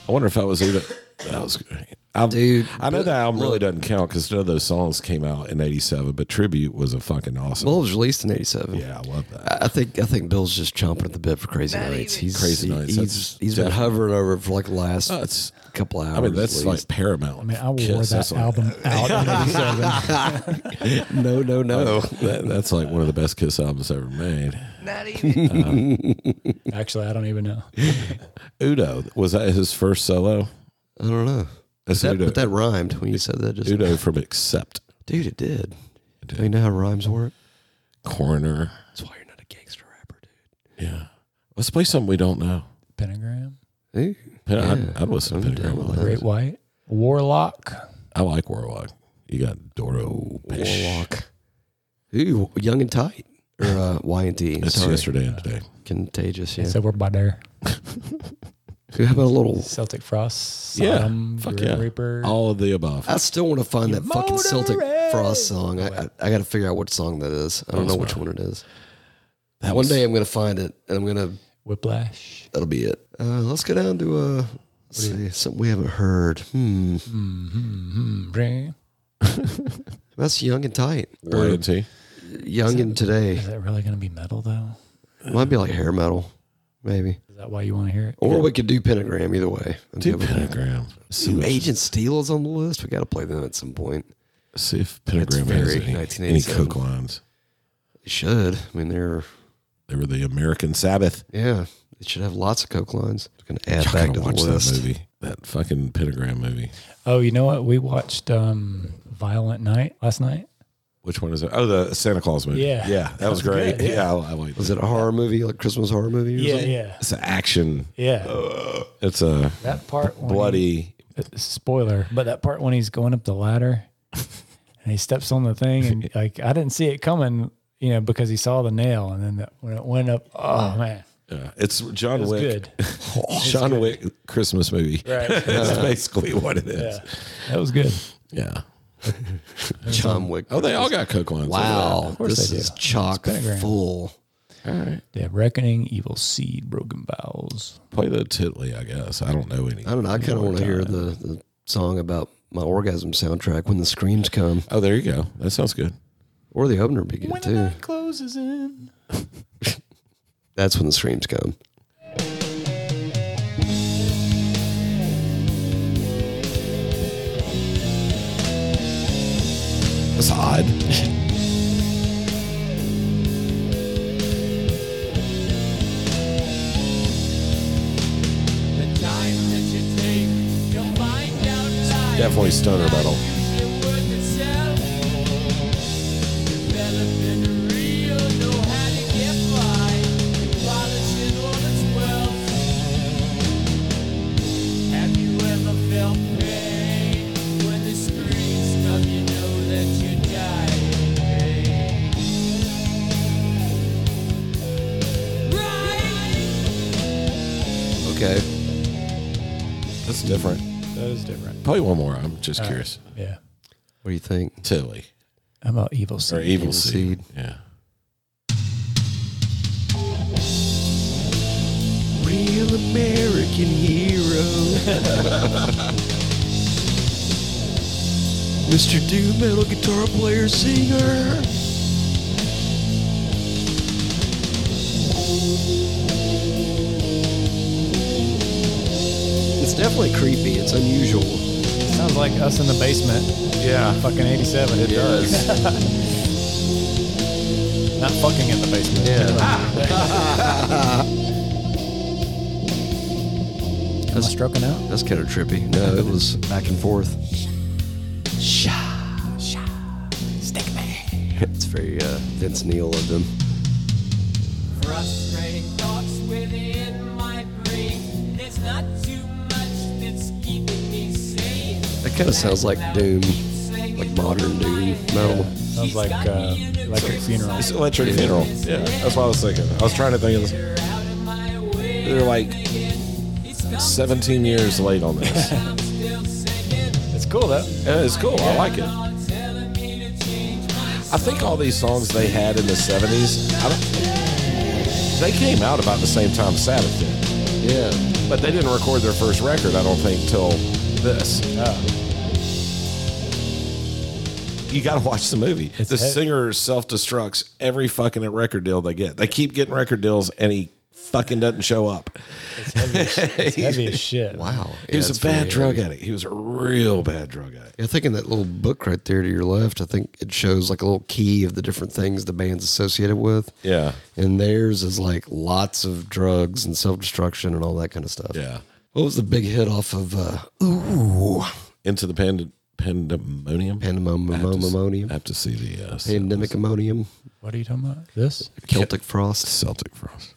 I wonder if that was Udo. That was great. i Dude, I know that album really look- doesn't count because none of those songs came out in '87, but Tribute was a fucking awesome. Well, it was released in '87. yeah, I love that. I I think I think Bill's just chomping at the bit for Crazy Nights. He's Crazy he- Nights, He's, that's he's been definitely- hovering over it for like the last Oh, it's- couple hours. I mean, that's at like least. paramount. I mean, I wore Kiss, that's that like- album out in '87. [LAUGHS] no, no, [LAUGHS] Oh. no. that, that's like one of the best Kiss albums ever made. Actually, I don't even know. Udo was that his first solo? I don't know. That's That, Udo. but that rhymed when you said that. Just Udo from Accept, dude, it did. Do you know how rhymes work? Coroner. That's why you're not a gangster rapper, Yeah, let's play something we don't know. Pentagram, dude. Ooh. Pen- I'd, I'd listen to I'm down Pentagram. with all that. the time. Great White, Warlock. I like Warlock. You got Doro. Pesh. Warlock. Ooh, young and tight. Or uh, Y and T. That's Sorry. yesterday and today. Contagious, yeah. So we're by there. How about a little. Celtic Frost. Yeah, Sodom, fuck Grim yeah. Reaper. All of the above. I still want to find that fucking Celtic Motorhead. Frost song. I, I, I got to figure out what song that is. I don't know which one it is. That One was- day I'm going to find it, and I'm going to. Whiplash. That'll be it. Uh, let's go down to uh, let's see, something we haven't heard. Hmm. Bring- That's young and tight. Or Warranty. young and today. Is that really going to be metal though? Might be like hair metal, maybe. Is that why you want to hear it? Or we could do pentagram either way. I'm Do good with that. Pentagram. See Ooh, what- Agent Steel is on the list. We got to play them at some point. See if Pentagram It's has very any, any 1987. coke lines. They should. I mean, they're They were the American Sabbath. yeah. It should have lots of coke lines. Going to add Y'all back gotta to the watch list. that movie. That fucking Pentagram movie. Oh, you know what? We watched um, Violent Night last night. Which one is it? Oh, the Santa Claus movie. Yeah. yeah, that, was, was great. good, yeah. I, I like. Was it a horror movie, like Christmas horror movie? Or something? yeah, It's an action. yeah. It's a that part when bloody. he- spoiler, but that part when he's going up the ladder and he steps on the thing [LAUGHS] and like I didn't see it coming, you know, because he saw the nail and then that, when it went up, oh man, Yeah. It's it John was Wick. good. [LAUGHS] John Wick Christmas movie. Right. [LAUGHS] [LAUGHS] That's basically what it Yeah, is. that was good. Yeah. John Wick. Oh, they all got coke lines. Look at that. Wow, course this they do. is chock Pentagram. full. All right. Dead Reckoning, Evil Seed, Broken Bowels. Play the Titley, I guess. I don't know any. I don't know. I kind of want to hear the, the song about my orgasm soundtrack when the screams come, Oh, there you go. That sounds good. or the opener would be good too. closes in. That's when the screams come. That's odd. Definitely stoner metal. Okay. That's different. That is different. Play one more. I'm Uh, just curious. Yeah. What do you think? Tilly How about Evil or Seed? Evil Evil Seed. Seed. Yeah. Real American [LAUGHS] hero. Mr. Doom Metal guitar player singer. It's definitely creepy. It's unusual. Sounds like us in the basement. Yeah. Fucking 87. It does. [LAUGHS] Not fucking in the basement. Am I stroking out? That's kind of trippy. No, it was back and forth. Sha, sha, stick me. It's very uh, Vince Neil of them. Frustrating thoughts within my brain. There's not too much that's keeping me sane. That kind of sounds like Doom, like modern Doom metal. Sounds like uh, Electric [LAUGHS] Funeral. It's Electric Funeral. Yeah. That's what I was thinking. I was trying to think of this. They're like 17 years late on this. [LAUGHS] It's cool though. Yeah, it's cool. Oh, I like it. I think all these songs they had in the 70s, I don't, they came out about the same time Sabbath did. Yeah. But they didn't record their first record, I don't think, till this. Oh. You got to watch the movie. It's the hea- singer self destructs every fucking record deal they get. They keep getting record deals, and he fucking doesn't show up. It's heavy, as- it's heavy as shit. Wow. He was Yeah, it's a bad very drug heavy. addict. He was a real bad drug addict. I think in that little book right there to your left, I think it shows like a little key of the different things the band's associated with. Yeah. And theirs is like lots of drugs and self destruction and all that kind of stuff. Yeah. What was the big hit off of uh, Ooh Into the pand- pandemonium. I Pandemonium? have to see the uh, Pandemic Ammonium, What are you talking about? This? Celtic Frost, Celtic Frost.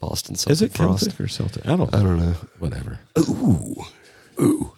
Boston Celtic Is it Frost. Celtic or Celtic? I don't. I don't know. Whatever.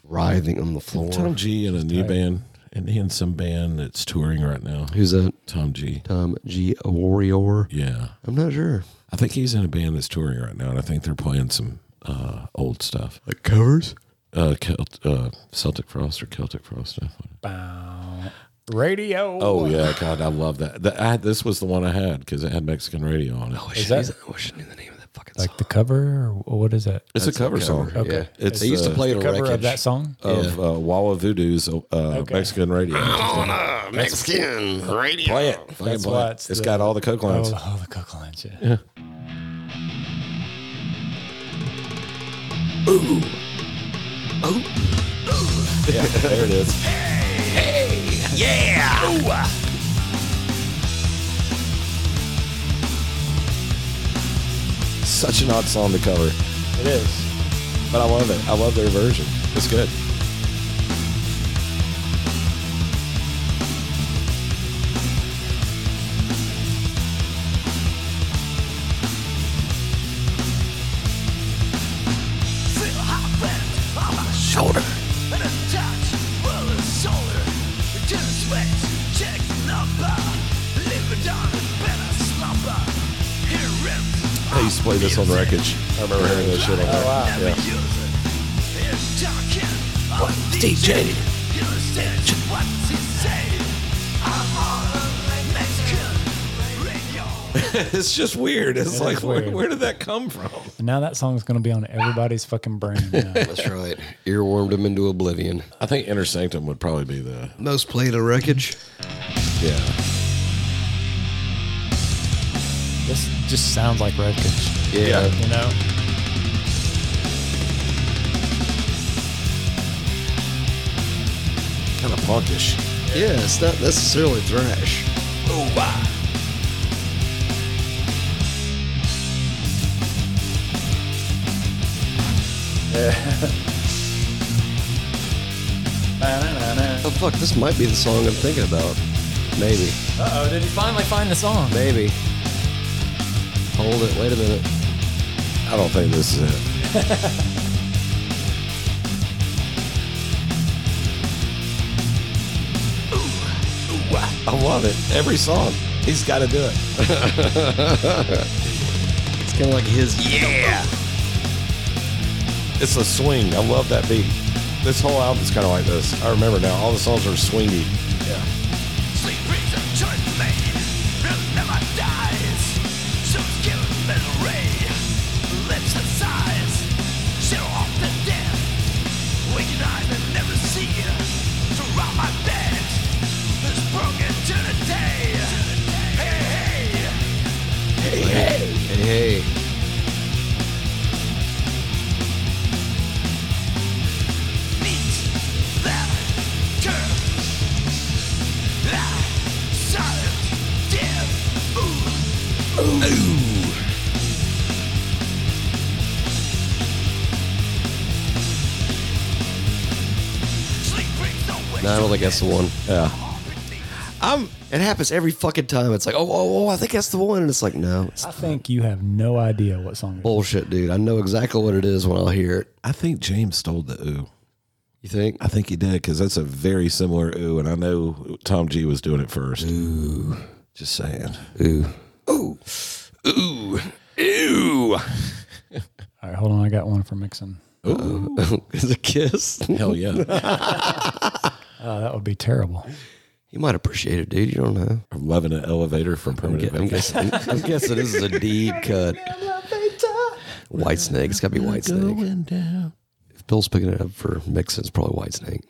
Writhing on the floor. Tom G in a new band, and he in some band that's touring right now. Who's that? Tom G. Tom G. A warrior. Yeah, I'm not sure. I think he's in a band that's touring right now, and I think they're playing some uh, old stuff, Like covers? uh, Celt- uh, Celtic Frost or Celtic Frost. I thought. Bow. Radio. Oh yeah, God, I love that. That- I, this was the one I had because it had Mexican radio on it. Is that- I wish I knew the name of that fucking song. Like the cover, or what is that? it's a cover, song Cover, Okay. Yeah. It's uh, they used to the- play it on Cover wreckage. of that song? of uh, Walla Voodoo's uh, Mexican radio. Mexican radio. Play it. Fucking That's play why it. it's it's the- got all the coke Oh, lines. oh, the cook lines, yeah. Yeah, [LAUGHS] there it is. Yeah. Such an odd song to cover, It is. but I love it. I love their version. It's good. I used to play this on wreckage. I remember hearing this shit on there. Yeah. it's just weird. It's like, is Where, weird. where did that come from? And now that song's going to be on everybody's fucking [LAUGHS] brain. Now. That's right. Earwormed him into oblivion. I think Inner Sanctum would probably be the Most played a wreckage. yeah. this just sounds like Redfish, Yeah. you know? Kind of punkish. yeah. it's not necessarily thrash. Oh fuck, this might be the song I'm thinking about. Maybe. Uh oh, did he finally find the song? Maybe. Hold it. Wait a minute. I don't think this is it. I love it. Every song, he's got to do it. It's kind of like his. Yeah. It's a swing. I love that beat. This whole album's kind of like this. I remember now. All the songs are swingy. Hey. hey. No, I don't think that's the one. Yeah. I'm. It happens every fucking time. It's like, oh, oh, oh, I think that's the one, and it's like, no, it's I think you have no idea what song it is. bullshit, dude. I know exactly what it is when I hear it. I think James stole the ooh. You think? I think he did because that's a very similar ooh, and I know Tom G was doing it first. Ooh, just saying. Ooh. Ooh, ooh. All right, hold on. I got one for mixing. [LAUGHS] Is it Kiss? Hell yeah, Oh, that would be terrible. [LAUGHS] You might appreciate it, dude. You don't know. [LAUGHS] I'm loving an elevator from I'm, Primitive. gu- I'm guessing. I'm guessing this is a deep [LAUGHS] cut. White Snake. It's got to be White Snake. down. If Bill's picking it up for mixing, it's probably White Snake.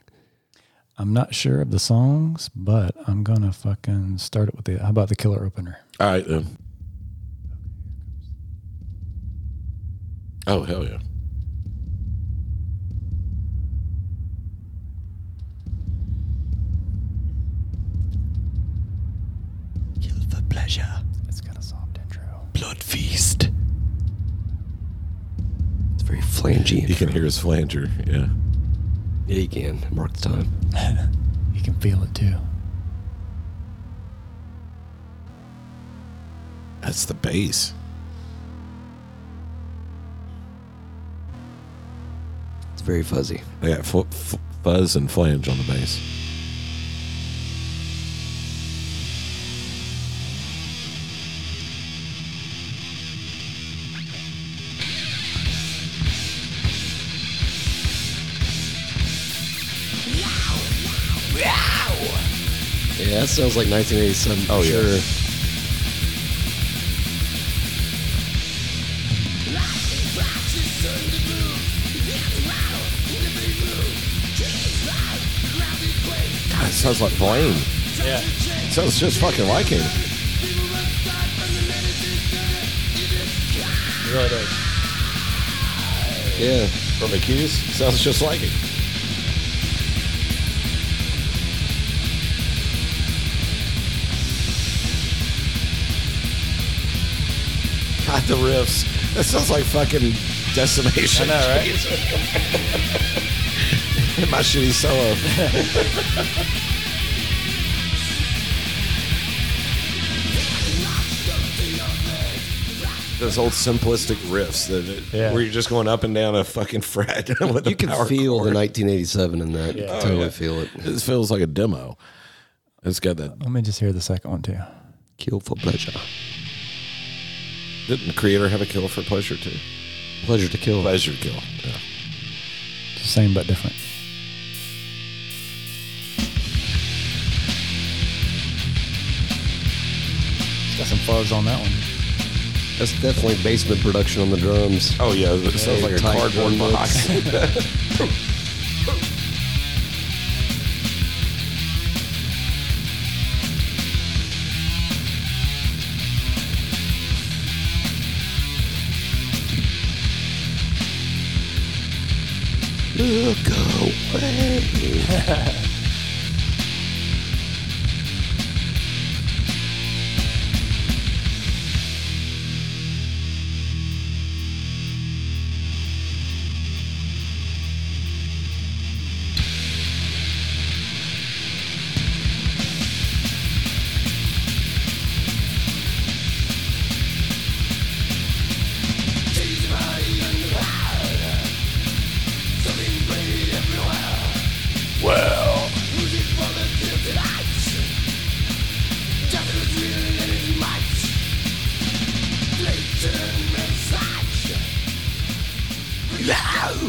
I'm not sure of the songs, but I'm going to fucking start it with the. How about the killer opener? All right then. Oh hell yeah. Kill for pleasure. It's got a soft intro. Blood feast. It's very flangy. You can hear his flanger. Yeah. Yeah, you can. Mark the time. You can feel it too. That's the bass. It's very fuzzy. They got fu- fu- fuzz and flange on the bass. Yeah, that sounds like 1987. Oh, sure. yeah. God, it [LAUGHS] sounds like Blaine. Yeah. sounds just fucking like him. Yeah. From the Q's, sounds just like him. God, the riffs. That sounds like fucking decimation. I know, right? [LAUGHS] My shitty solo. [LAUGHS] Those old simplistic riffs that Yeah. where you're just going up and down a fucking fret. [LAUGHS] with You can feel the 1987 in that. You can totally feel it. This feels like a demo. It's got that. Let me just hear the second one too. Kill for pleasure. Didn't the creator have a kill for pleasure too? Pleasure to kill. Pleasure kill. Yeah. Same but different. Got some fuzz on that one. That's definitely basement production on the drums. Oh yeah, it sounds like a tight cardboard drum [LAUGHS] box. Look away.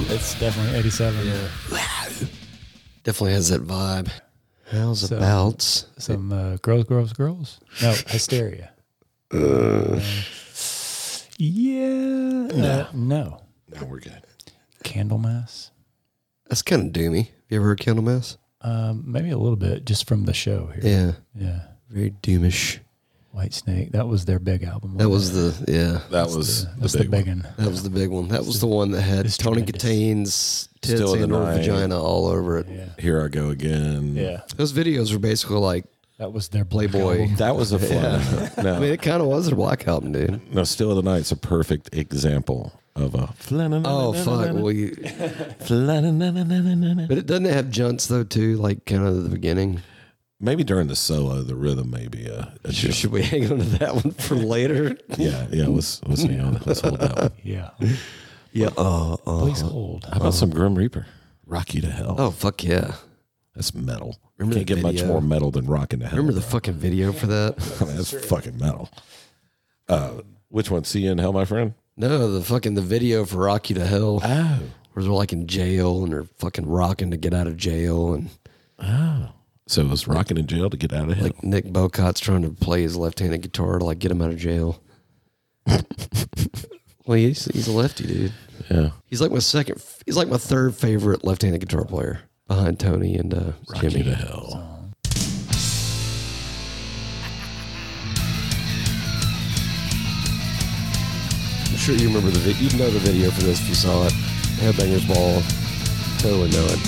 It's definitely 87. Yeah. Definitely has that vibe. How's about Some uh, girls, girls, girls. No, hysteria. Uh, yeah. No. Uh, no. now we're good. Candlemass. that's kind of doomy. You ever heard Candlemass? Um, maybe a little bit just from the show here. Yeah, Yeah. very doomish. White Snake. That was their big album. That was the yeah. That was That's the the big, big one. one. That was the big one. That was the one that had It's Tony tremendous. Katane's tits Still in and the her night. vagina all over it. Yeah. Here I go again. Yeah. Those videos were basically like, That was their big Playboy. album. That [LAUGHS] was a fun. I No, [LAUGHS] mean, it kind of was a black album, [LAUGHS] dude. no, Still of the Night's a perfect example of a. Oh fuck! Well, [LAUGHS] you, but it doesn't it have junts though too, like kind of the beginning. Maybe during the solo, the rhythm may be a. a Should, should we hang on to that one [LAUGHS] for later? yeah, yeah. Let's let's hang on. Let's hold that. One. Yeah. yeah. Uh, uh. Please hold. [LAUGHS] How about some Grim Reaper? Rock you to hell. Oh fuck yeah! That's metal. Remember Can't that get much video? more metal than rocking to hell. Remember the fucking video for [LAUGHS] that? bro. [LAUGHS] That's fucking metal. Uh, which one? See you in hell, my friend. No, the fucking the video for Rock You to Hell, Oh, where they're like in jail and they're fucking rocking to get out of jail, and so it was rocking in jail to get out of hell. like Nick Bocott's trying to play his left-handed guitar to like get him out of [LAUGHS] jail. well, he's he's a lefty, dude. yeah. He's like my second. He's like my third favorite left-handed guitar player behind Tony and uh, Rock you Jimmy. to hell. I'm sure you remember the video. You'd know the video for this if you saw it. Headbangers Ball. Totally know it.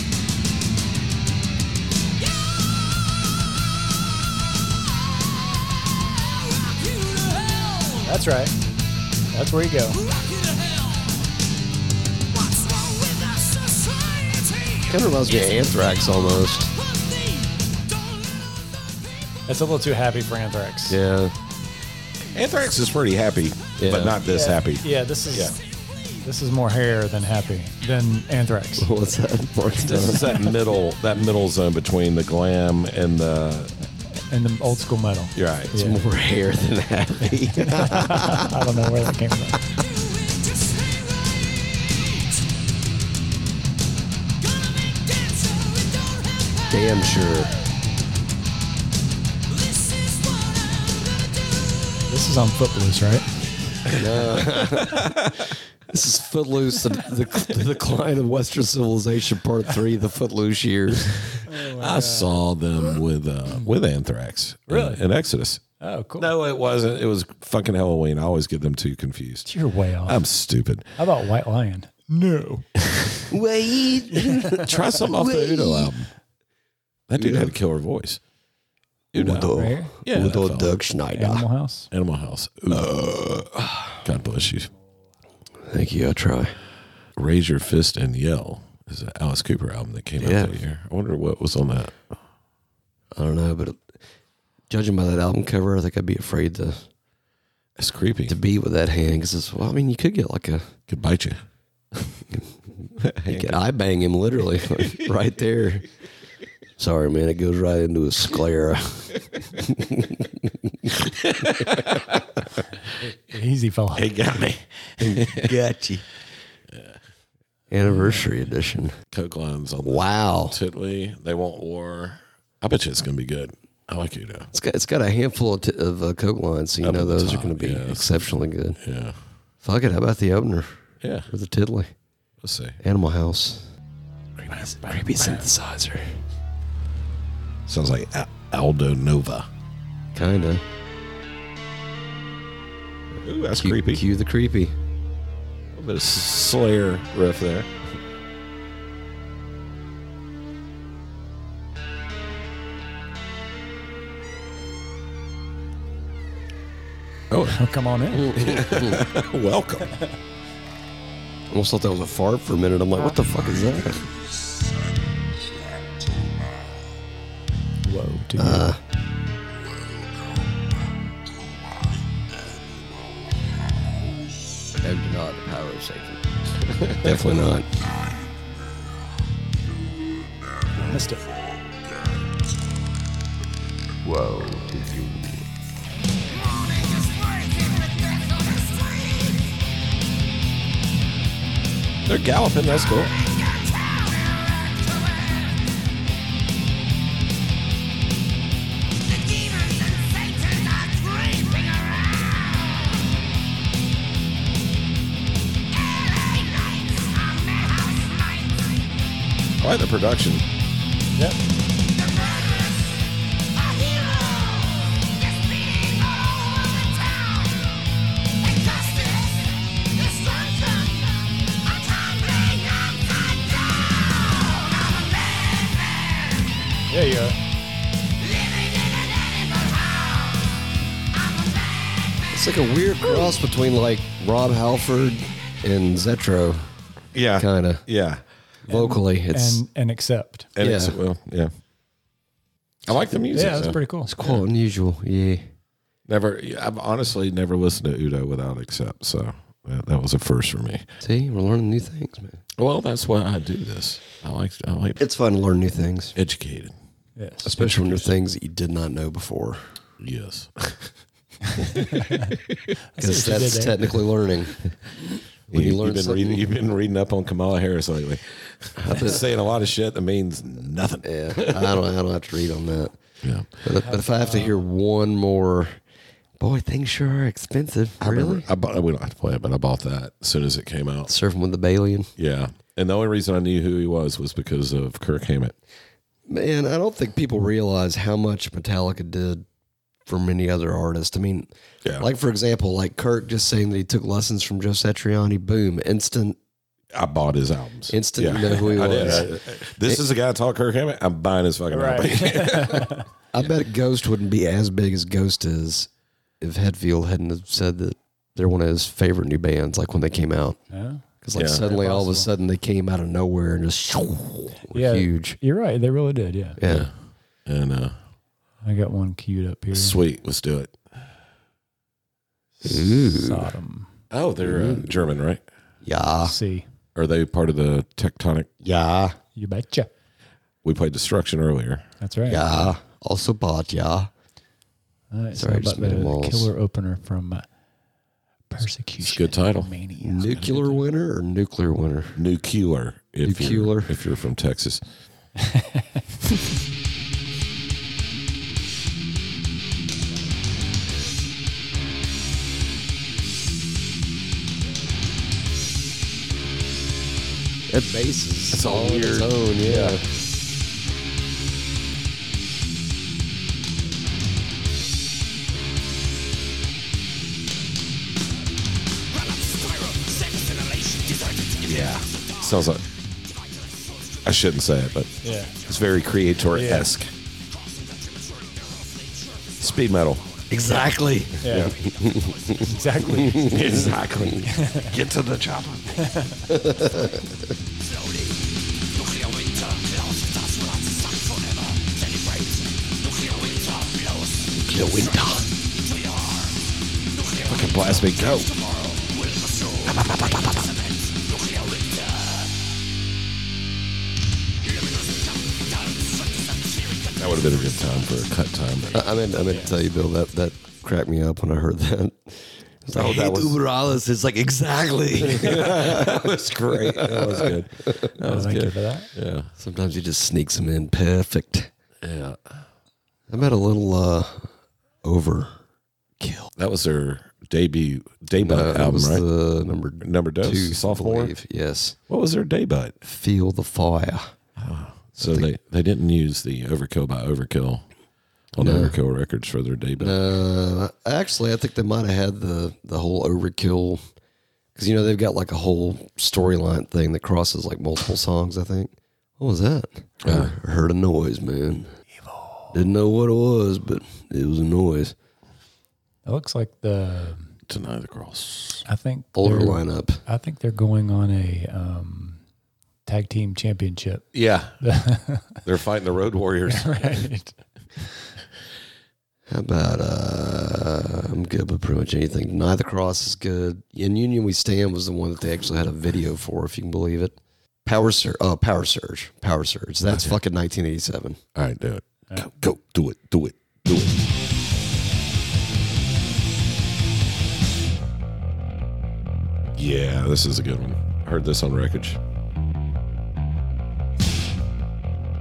That's right. That's where you go. Kind of reminds me of Anthrax almost. That's a little too happy for Anthrax. Yeah. Anthrax is pretty happy, Yeah. but not this happy. Yeah, this is this is more hair than happy than Anthrax. What's that? [LAUGHS] Mark's This done. is that middle that middle zone between the glam and the and the old school metal. you're right. Yeah. More hair than happy. I don't know where that came from. Damn sure. This is on Footloose, right? This is Footloose, the, the, the decline of Western civilization, part three, the Footloose years. I saw them with uh, with Anthrax really in, in Exodus. Oh, cool. No, it wasn't. It was fucking Halloween. I always get them too confused. You're way off. I'm stupid. How about White Lion? No. [LAUGHS] [LAUGHS] Wait. Try something off the Udo album. That dude had a killer voice. Udo. Right? Yeah, that fella. Doug Schneider. Animal House. Animal House. Udo. God bless you. Thank you. I'll try. Raise Your Fist and Yell is an Alice Cooper album that came Yeah. out that year. I wonder what was on that. I don't know, but judging by that album cover, I think I'd be afraid to, It's creepy. to be with that hand because it's, well, I mean, you could get like a, Could bite you. you could eye bang him [LAUGHS] literally right there. Sorry, man. It goes right into his sclera. Easy fella. It got me. Gotcha. Anniversary edition. Coke lines on the Wow. Titley. They want war. I bet you it's gonna be good. I like you know. It's got it's got a handful of, t- of uh, coke lines, so you Up know at the those are top, going to be yeah. exceptionally good. Yeah. Fuck it. How about the opener Yeah. with the tiddly? Let's see. Animal House. Creepy synthesizer. Sounds like A- Aldo Nova. Kinda. Ooh, that's Cue, creepy. cue the [LAUGHS] creepy. A little bit of Slayer riff there. [LAUGHS] Oh, come on in. Welcome. Almost thought that was a fart for a minute. I'm like, what the fuck is that? Whoa, dude. Uh, Definitely not the power of Satan. Definitely not. missed it. They're galloping. That's cool. I like the production. Yeah. Yeah, you are. It's like a weird cross between like Rob Halford and Zetro, Yeah. kinda Yeah. vocally. It's And, and accept. And it's- Yeah. well, yeah. I like the music. Yeah, that's though. pretty cool. it's quite unusual. Yeah. Never, I've honestly never listened to Udo without Accept, so that, that was a first for me. See, we're learning new things, man. Well, that's why I do this. I like, I like It's fun to learn new things, educated. Yes. especially when they're things that you did not know before, Yes. because what you that's did there. technically [LAUGHS] learning. [LAUGHS] When you, learn have been something, reading, you've been reading up on Kamala Harris lately. I've been [LAUGHS] saying a lot of shit that means nothing. yeah, I don't, I don't have to read on that. Yeah. But, but if I have to Uh, hear one more, boy, things sure are expensive. Really, I bought, we don't have to play it, but I bought that as soon as it came out. surfing with the Balian. Yeah. And the only reason I knew who he was was because of Kirk Hammett. Man, I don't think people realize how much Metallica did for many other artists. I mean, Yeah. like for example, like Kirk just saying that he took lessons from Joe Satriani. Boom, instant, I bought his albums. instant. You know who he [LAUGHS] I was. did. I- this is the guy that taught Kirk Hammett. I'm buying his fucking album. [LAUGHS] I bet Ghost wouldn't be as big as Ghost is if Hetfield hadn't have said that they're one of his favorite new bands, like when they came out. Yeah. Because like Yeah. suddenly, all of a sudden, they came out of nowhere and just were Yeah. huge. You're right. They really did. Yeah. Yeah. And uh, I got one queued up here. sweet, let's do it. Sodom. Oh, they're uh, German, right? Yeah. See. Are they part of the tectonic? Yeah. You betcha. We played Destruction earlier. That's right. Yeah. Also bought, yeah. All Sorry, I right, so how just about made walls. the killer opener from uh, Persecution. good title. Mania. Nuclear winner or nuclear winner? Nuclear. If Nuclear. You're, if you're from Texas. That bass is That's all on its weird. own, yeah. Yeah. Sounds like. I shouldn't say it, but Yeah. it's very creator esque. Speed metal. Exactly. [LAUGHS] Yeah. [LAUGHS] exactly. Exactly. Get to the chopper. Nuclear winter. Fucking blast me, go. That would have been a good time for a cut time. But I, I meant I meant to tell you, Bill, that that cracked me up when I heard [LAUGHS] that. It's like, that "Hey, was- Uber Alles." It's like [LAUGHS] exactly. That's great. [LAUGHS] That was good. That was Thank you good. for that. Yeah. Sometimes he just sneaks them in perfect. Yeah. How about a little uh, overkill? That was their debut debut Uh, that album, was right? the number Number dose, two, sophomore. believe. Yes. What was their debut? Feel the fire. So they, they didn't use the Overkill by Overkill on Overkill Records for their debut. Uh, actually, I think they might have had the the whole overkill because you know they've got like a whole storyline thing that crosses like multiple songs. I think. What was that? I heard a noise, man. Didn't know what it was, but it was a noise. It looks like the Deny the Cross. I think Older they're- lineup. I think they're going on a um, tag team championship. [LAUGHS] Yeah. They're fighting the Road Warriors. Right. How about uh, I'm good with pretty much anything. Neither Cross is good. In Union We Stand was the one that they actually had a video for, if you can believe it. Power Surge. Oh, Power Surge. Power Surge. That's fucking 1987. All right, do it. Go, go, do it, do it, do it. Yeah, this is a good one. I heard this on wreckage.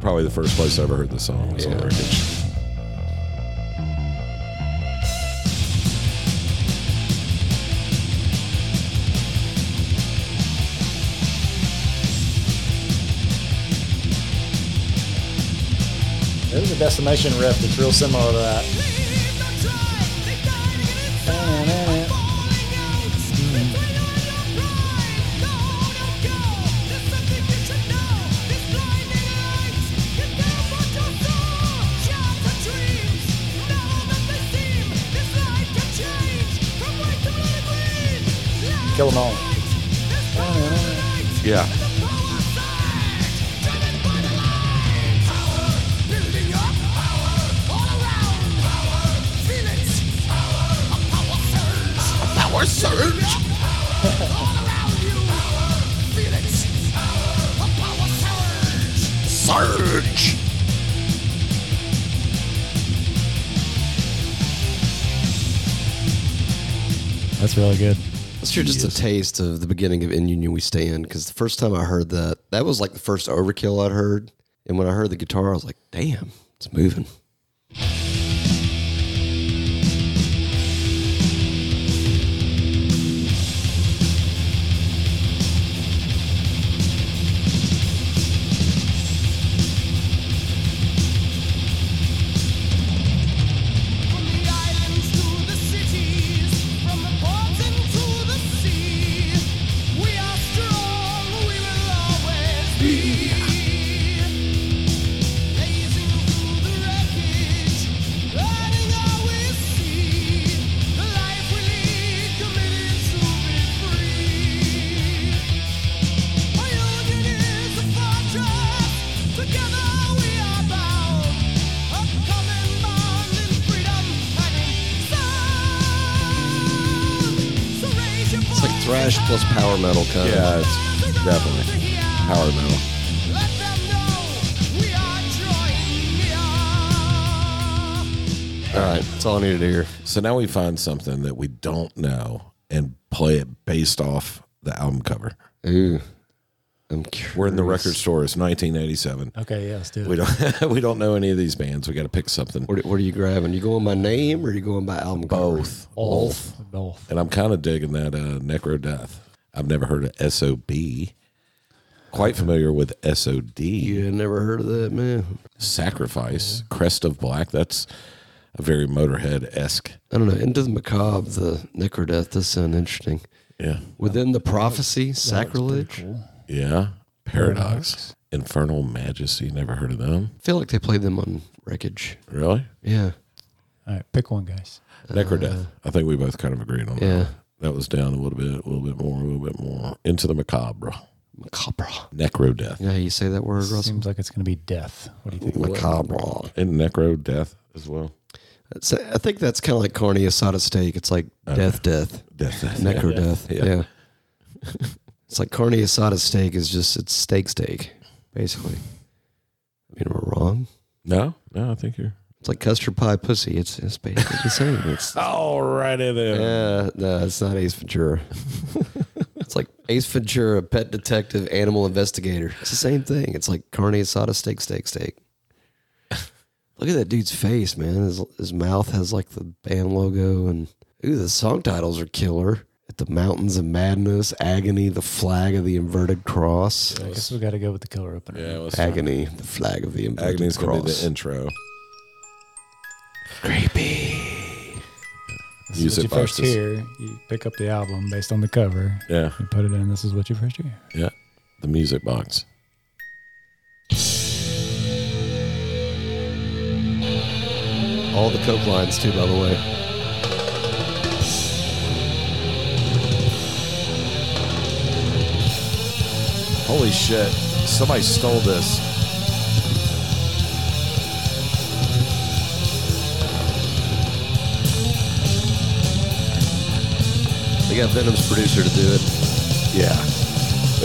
Probably the first place I ever heard this song was on wreckage. There's a decimation riff that's real similar to that. Kill 'em all. Yeah. Power surge. All around you. Feel it. A power surge. Surge. That's really good. Let's hear just a taste of the beginning of In Union We Stand because the first time I heard that, that was like the first overkill I'd heard. And when I heard the guitar, I was like, damn, it's moving. From the islands to the cities, from the ports into the sea. We are strong, we will always be. Blazing through the wreckage, learning how we see. The life we lead, committed to be free. Our union is a fortress, together we are bound. A common bond in freedom and in sound. So raise your It's like thrash plus power metal kind of. Yeah, it's definitely power metal. Let them know we are drawing near. All right, that's all I needed to hear. So now we find something that we don't know and play it based off the album cover. Ooh. I'm curious. We're in the record store. It's 1987. Okay, yeah, let's do it. We don't [LAUGHS] we don't know any of these bands. We got to pick something. What, what are you grabbing? You going by name or you going by album? cover? Both. Both. Both. And I'm kind of digging that uh, Necro Death. I've never heard of SOB. Quite familiar with SOD. You never heard of that, man? Sacrifice, Crest of Black. That's a very Motorhead esque. I don't know. Into the macabre, the necrodeath. This sound interesting. Yeah. Within the prophecy, sacrilege. Yeah. Paradox. Infernal Majesty. Never heard of them. I feel like they played them on wreckage. Really? Yeah, All right, pick one, guys. Necrodeath. I think we both kind of agreed on that. yeah. That was down a little bit, a little bit more, a little bit more. Into the macabre. Macabre. Necrodeath. Yeah, you say that word, Russell. Seems like it's going to be death. What do you think? Macabre. And Necro Death as well. It's- I think that's kind of like carne asada steak. It's like death, death, Death. necrodeath. Uh-huh. Yeah. yeah. [LAUGHS] it's like carne asada steak is just it's steak, steak, basically. I mean, am I wrong? No, no, I think you're. It's like custard pie pussy. It's it's basically the same. [LAUGHS] It's All righty then. Yeah, no, it's not Ace [LAUGHS] Ventura. it's like Ace Ventura, pet detective, [LAUGHS] animal investigator. It's the same thing. It's like carne asada, steak, steak, steak. Look at that dude's face, man. His his mouth has like the band logo, and ooh, the song titles are killer. At the Mountains of Madness, Agony, the Flag of the Inverted Cross. I guess we got to go with the killer opener. Yeah, let's Agony, the Flag of the Inverted Agony's gonna be Cross. the intro. This is Use what it, you first Bosses. hear. You pick up the album based on the cover. Yeah, You put it in. This is what you first hear. yeah. The music box. All the Coke lines, too, by the way. Holy shit! Somebody stole this. They got Venom's producer to do it. Yeah.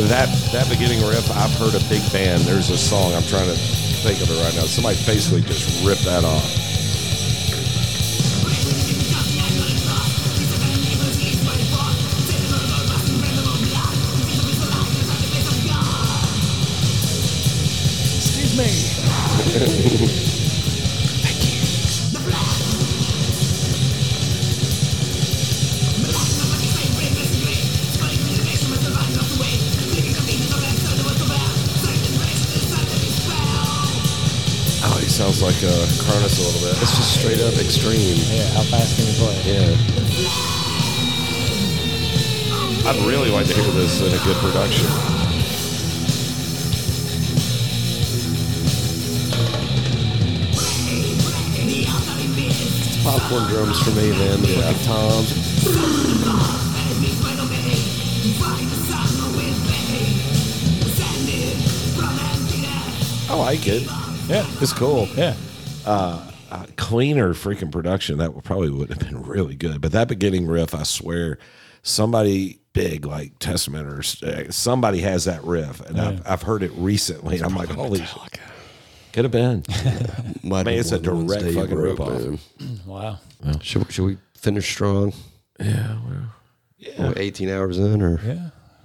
That that beginning riff, I've heard a big band. There's a song I'm trying to think of it right now. Somebody basically just ripped that off. Excuse me. Oh, he sounds like uh, Cronus a little bit. It's just straight up extreme. Yeah, how fast can you play? it? Yeah. I'd really like to hear this in a good production. Popcorn drums for me, man. The yeah. toms. I Oh, like it. Yeah. It's cool. Yeah. Uh, cleaner freaking production. That would probably would have been really good. But that beginning riff, I swear, somebody big like Testament or s- uh, somebody has that riff, and I've, I've heard it recently. and I'm like, holy, shit. could have been. Might Man, be it's a one of the ones direct Dave fucking wrote, ripoff. man. Wow. Should, should we finish strong? yeah. Well. Are we 18 hours in or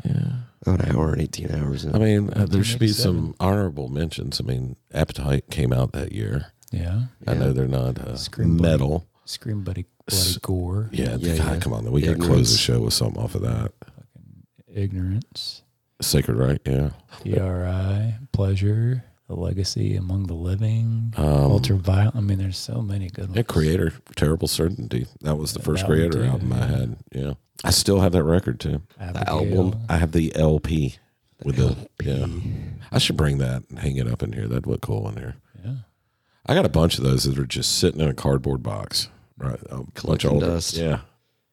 Yeah. oh, an hour and 18 hours in? I mean, uh, there should be some honorable mentions. I mean, Appetite came out that year. Yeah. I know they're not uh, Scream Bloody- metal. Scream Buddy Bloody Gore. Yeah, Yeah, God, yeah. come on. We got to Ignorance. close the show with something off of that. Ignorance. Sacred Right, yeah. DRI. Pleasure. The Legacy Among the Living. Um, Ultraviolet. I mean, there's so many good ones. Yeah, Creator, Terrible Certainty. That was the first That one Creator too, album I had. Yeah. I still have that record too. Abigail. album. I have the LP with the yeah. I should bring that and hang it up in here. That'd look cool in here. Yeah. I got a bunch of those that are just sitting in a cardboard box. Right, a bunch Collecting of old dust. yeah,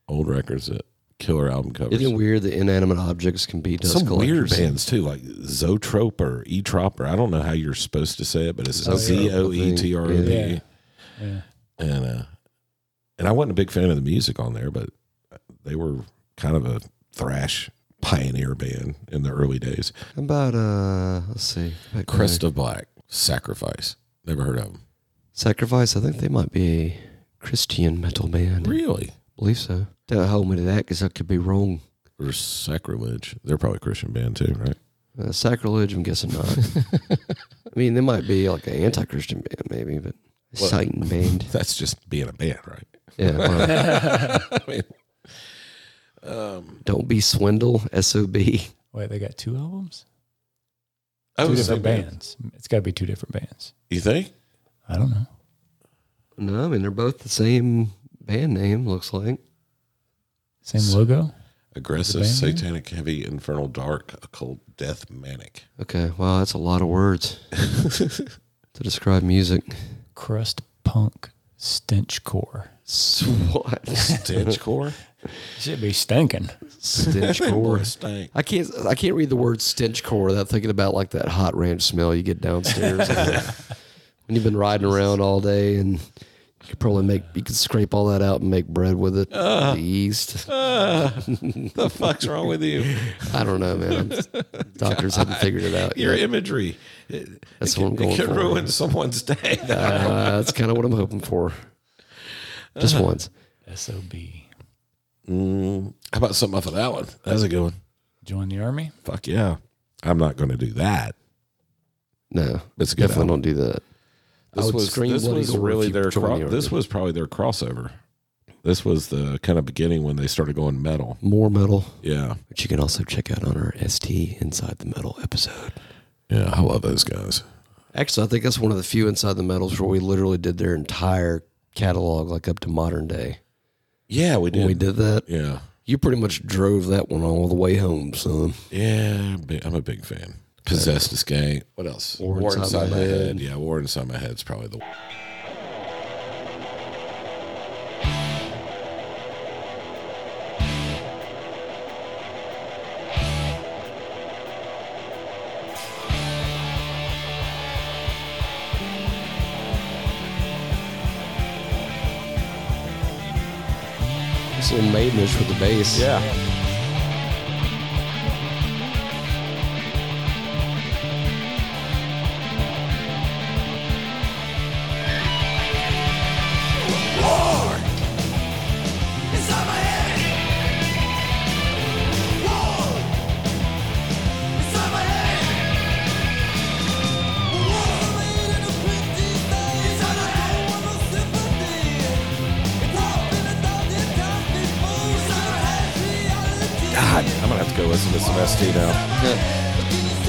old records that killer album covers. Isn't it weird that inanimate objects can be dust Some weird collectors? bands too, like Zotrope or Etrop, or I don't know how you're supposed to say it, but it's Zotrope, Z O E T R O I P. think. Yeah. And uh, and I wasn't a big fan of the music on there, but they were kind of a thrash pioneer band in the early days. How about uh, let's see, Back Crest to- of Black, Sacrifice. Never heard of them. Sacrifice. I think they might be a Christian metal band. Really? believe so. Don't hold me to that because I could be wrong. Or Sacrilege. They're probably a Christian band too, right? Uh, sacrilege. I'm guessing [LAUGHS] not. I mean, they might be like an anti-Christian band, maybe, but Satan band. That's just being a band, right? [LAUGHS] Yeah. well, [LAUGHS] I mean, don't be swindle. Sob. Wait, they got two albums? I two was different thinking- bands. It's got to be two different bands. You think? I don't know. No, I mean they're both the same band name. Looks like. Same logo? Aggressive, band name? satanic, heavy, infernal, dark, occult, death, manic. Okay, wow, that's a lot of [LAUGHS] words to describe music. Crust Punk Stenchcore. What? Stenchcore? Should be stinking. stench [LAUGHS] core. Stank. I can't. I can't read the word stench core without thinking about like that hot ranch smell you get [LAUGHS] downstairs when you've been riding around all day and. You could probably make you could scrape all that out and make bread with it. the yeast. the fuck's wrong with [LAUGHS] you? I don't know, man. [LAUGHS] Doctors haven't figured it out. Your yet. imagery. It, That's it what I'm could- going It could for. ruin someone's day. [LAUGHS] Uh, that's kind of what I'm hoping for. Just Uh-huh. once. SOB. Mm, how about something off of that one? That's a good one. Join the army? Fuck yeah. I'm not going to do that. No, That's a good definitely album. don't do that. I This would was scream this bloody was gore if really you their join cro- the this orgy. was probably their crossover. This was the kind of beginning when they started going metal. More metal, Yeah, which you can also check out on our ST Inside the Metal episode. yeah, I love those guys. Actually, I think that's one of the few Inside the Metals where we literally did their entire catalog, like up to modern day. Yeah, When we did. we did that, Yeah, you pretty much drove that one all the way home, son. yeah, bi- I'm a big fan. Possessed Escape. What else? War Inside My Head. Yeah, War Inside My Head's probably the. It's a little maidenish with the bass. Yeah, God, I'm gonna have to go listen to some ST now.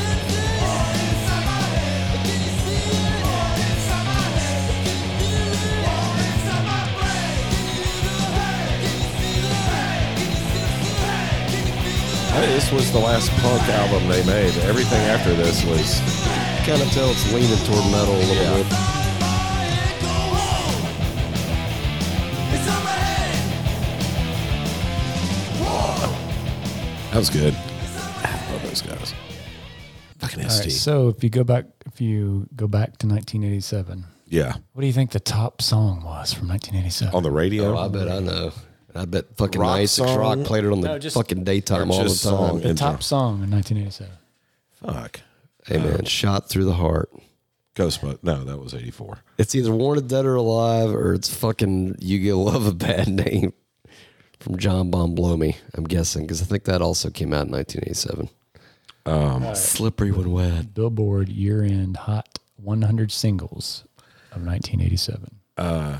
I think this was the last punk album they made. Everything after this was kind of tell it's leaning toward metal a little Yeah. bit. that was good. I love those guys. Fucking All ST. right, so if you go back, if you go back to 1987, yeah, what do you think the top song was from 1987? on the radio. Oh, I bet I know. I bet fucking Rock 96 Rock song? played it on the No, just- fucking daytime all the time. just song. the top song in 1987. Fuck. Hey man, shot through the heart. Ghostbusters. No, that was 84. It's either Wanted Dead or Alive or it's fucking You Give Love a Bad [LAUGHS] Name from John Bon Blomey, I'm guessing, because I think that also came out in 1987. Um, Slippery When Wet. Billboard year-end hot 100 singles of 1987. Uh,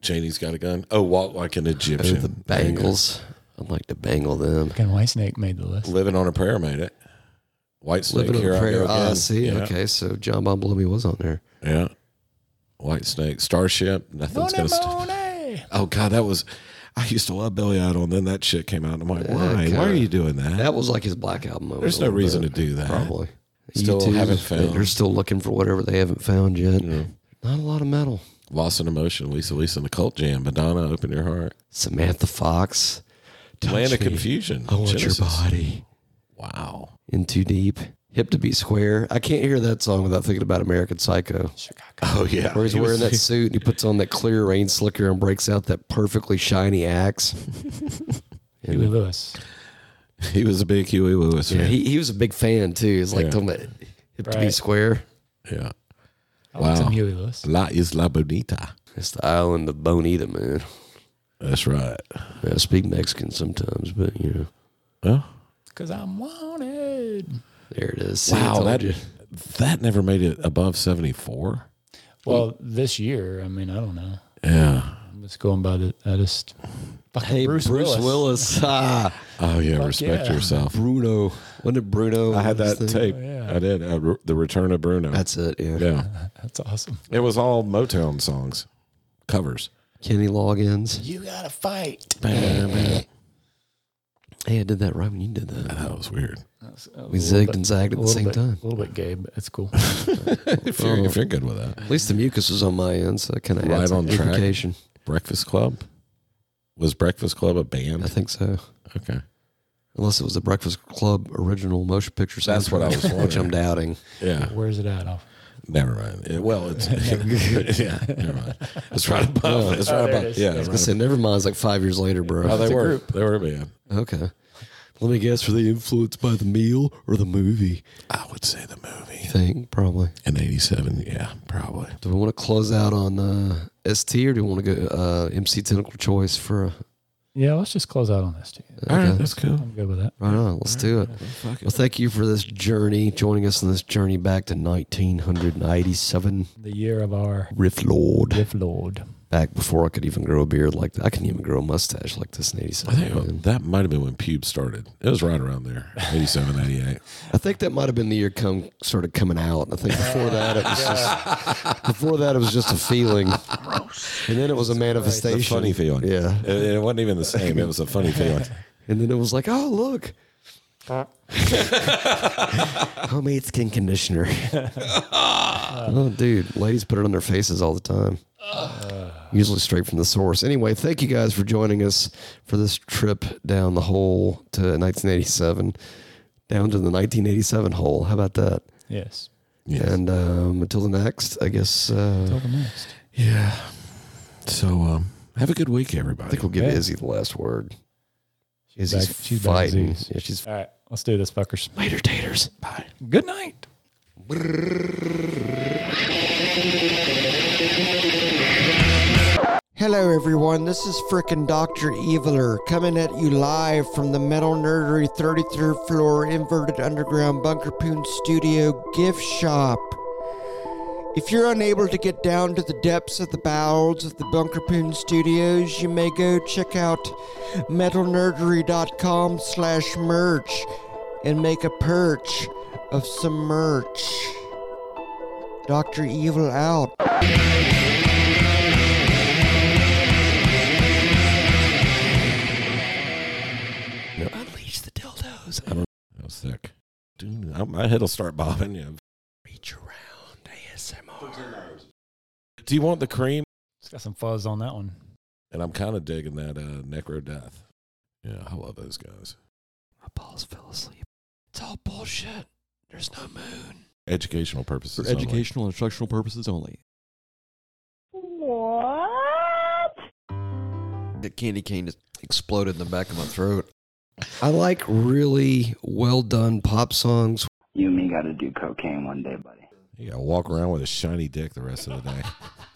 Janie's got a gun. Oh, walk like an Oh, Egyptian. the Bangles. I'd like to bangle them. Can White Snake made the list? Living on a prayer made it. White Snake. Living here on a I Prayer. go Ah, again. see. Yeah. Okay, so John Bon Blomey was on there. Yeah. White Snake. Starship. Nothing's gonna. St- oh God, that was. I used to love Billy Idol, and then that shit came out, and I'm like, why? kinda. Why are you doing that? That was like his black album. moment There's a no little reason bit, to do that. Probably. Still haven't They're found. still looking for whatever they haven't found yet. Not a lot of metal. Lost in Emotion. Lisa, Lisa, and the Cult Jam. Madonna. Open your heart. Samantha Fox. Touch Land of me. Confusion. I want Genesis. your body. Wow. In too deep. Hip to be square. I can't hear that song without thinking about American Psycho, Oh yeah. where he's He was- wearing that suit and he puts on that clear rain slicker and breaks out that perfectly shiny axe. Huey Lewis. [LAUGHS] He was a big Huey Lewis. Yeah, fan. he, he was a big fan too. He's like Yeah. talking about hip to be Right. square. yeah. I like Wow. some Huey Lewis. La Isla Bonita. It's the island of Bonita, man. That's right. I speak Mexican sometimes, but you know, Well, Cause I'm wanted. there it is. See, I wow, told that you. that never made it above seventy four. Well, this year, I mean, I don't know. Yeah. I'm just going by the. I just. Fucking Hey, Bruce, Willis. [LAUGHS] Ah, Oh yeah. respect yeah. yourself. Bruno. Wasn't it Bruno? I had What was that his name? tape. yeah. I did. Uh, Ru- the Return of Bruno. That's it, yeah. yeah. That's awesome. It was all Motown songs, covers. Kenny Loggins. You gotta fight. that Hey, I did that right when you did that. was weird. We zigged and zagged at the same time. A little bit gay, but it's cool. [LAUGHS] if, you're, if you're good with that, At least the mucus was on my end, so that kind of Right adds on track. lubrication. Breakfast Club was Breakfast Club a I band? think so. Okay. Unless it was the Breakfast Club original motion picture. That's soundtrack, what I was [LAUGHS] which I'm wondering. doubting. Yeah. Where's it at? Off. Never mind. Yeah, well, it's [LAUGHS] yeah. Never mind. It's right above. It's right above. yeah. I Right said, never mind. It's like five years later, bro. above. Oh, they were. They were a band. Okay. Let me guess. Were they influenced by the meal or the movie? I would say the movie Thing probably. in '87. Yeah, probably. Do we want to close out on uh, ST or do we want to go uh, MC Tentacle Choice for a Yeah, let's just close out on this too. All right, that's cool. I'm good with that. Right on. Let's do it. Well, thank you for this journey, joining us on this journey back to 1987. The year of our Riff Lord. Riff Lord. Back before I could even grow a beard like that. I couldn't even grow a mustache like this in I 87. think man. that might have been when pubes started. It was right around there, 87, 88. I think that might have been the year come started coming out. I think before that it was just before that it was just a feeling, and then it was a manifestation. It's a funny feeling. yeah. It, it wasn't even the same. It was a [LAUGHS] funny feeling. And then it was like, oh look, homemade skin conditioner. oh, dude, ladies put it on their faces all the time. Usually straight from the source. Anyway, thank you guys for joining us for this trip down the hole to 1987, down to the 1987 hole. How about that? Yes. And um, until the next, I guess uh, I Till the next. Yeah. So um, have a good week, everybody. think we'll give Yeah. Izzy the last word. Izzy's back- she's back as fighting. Izzy. yeah, she's All right, let's do this, fuckers. later taters. Bye. Good night. Hello, everyone. This is frickin' Dr. Eviler coming at you live from the Metal Nerdery 33rd floor inverted underground Bunker Poon Studio gift shop. If you're unable to get down to the depths of the bowels of the Bunker Poon Studios, you may go check out metalnerdery.com slash merch and make a perch of some merch. Dr. Evil out. Unleash the dildos. That was sick. Dude, I- my head'll start bobbing. Yeah. Reach around ASMR. Do you want the cream? It's got some fuzz on that one. And I'm kind of digging that uh, Necro Death. Yeah, I love those guys. My balls fell asleep. It's all bullshit. There's no moon. Educational purposes. only. instructional purposes only. What? That candy cane just exploded in the back of my throat. I like really well done pop songs. You gotta walk around with a shiny dick the rest of the day.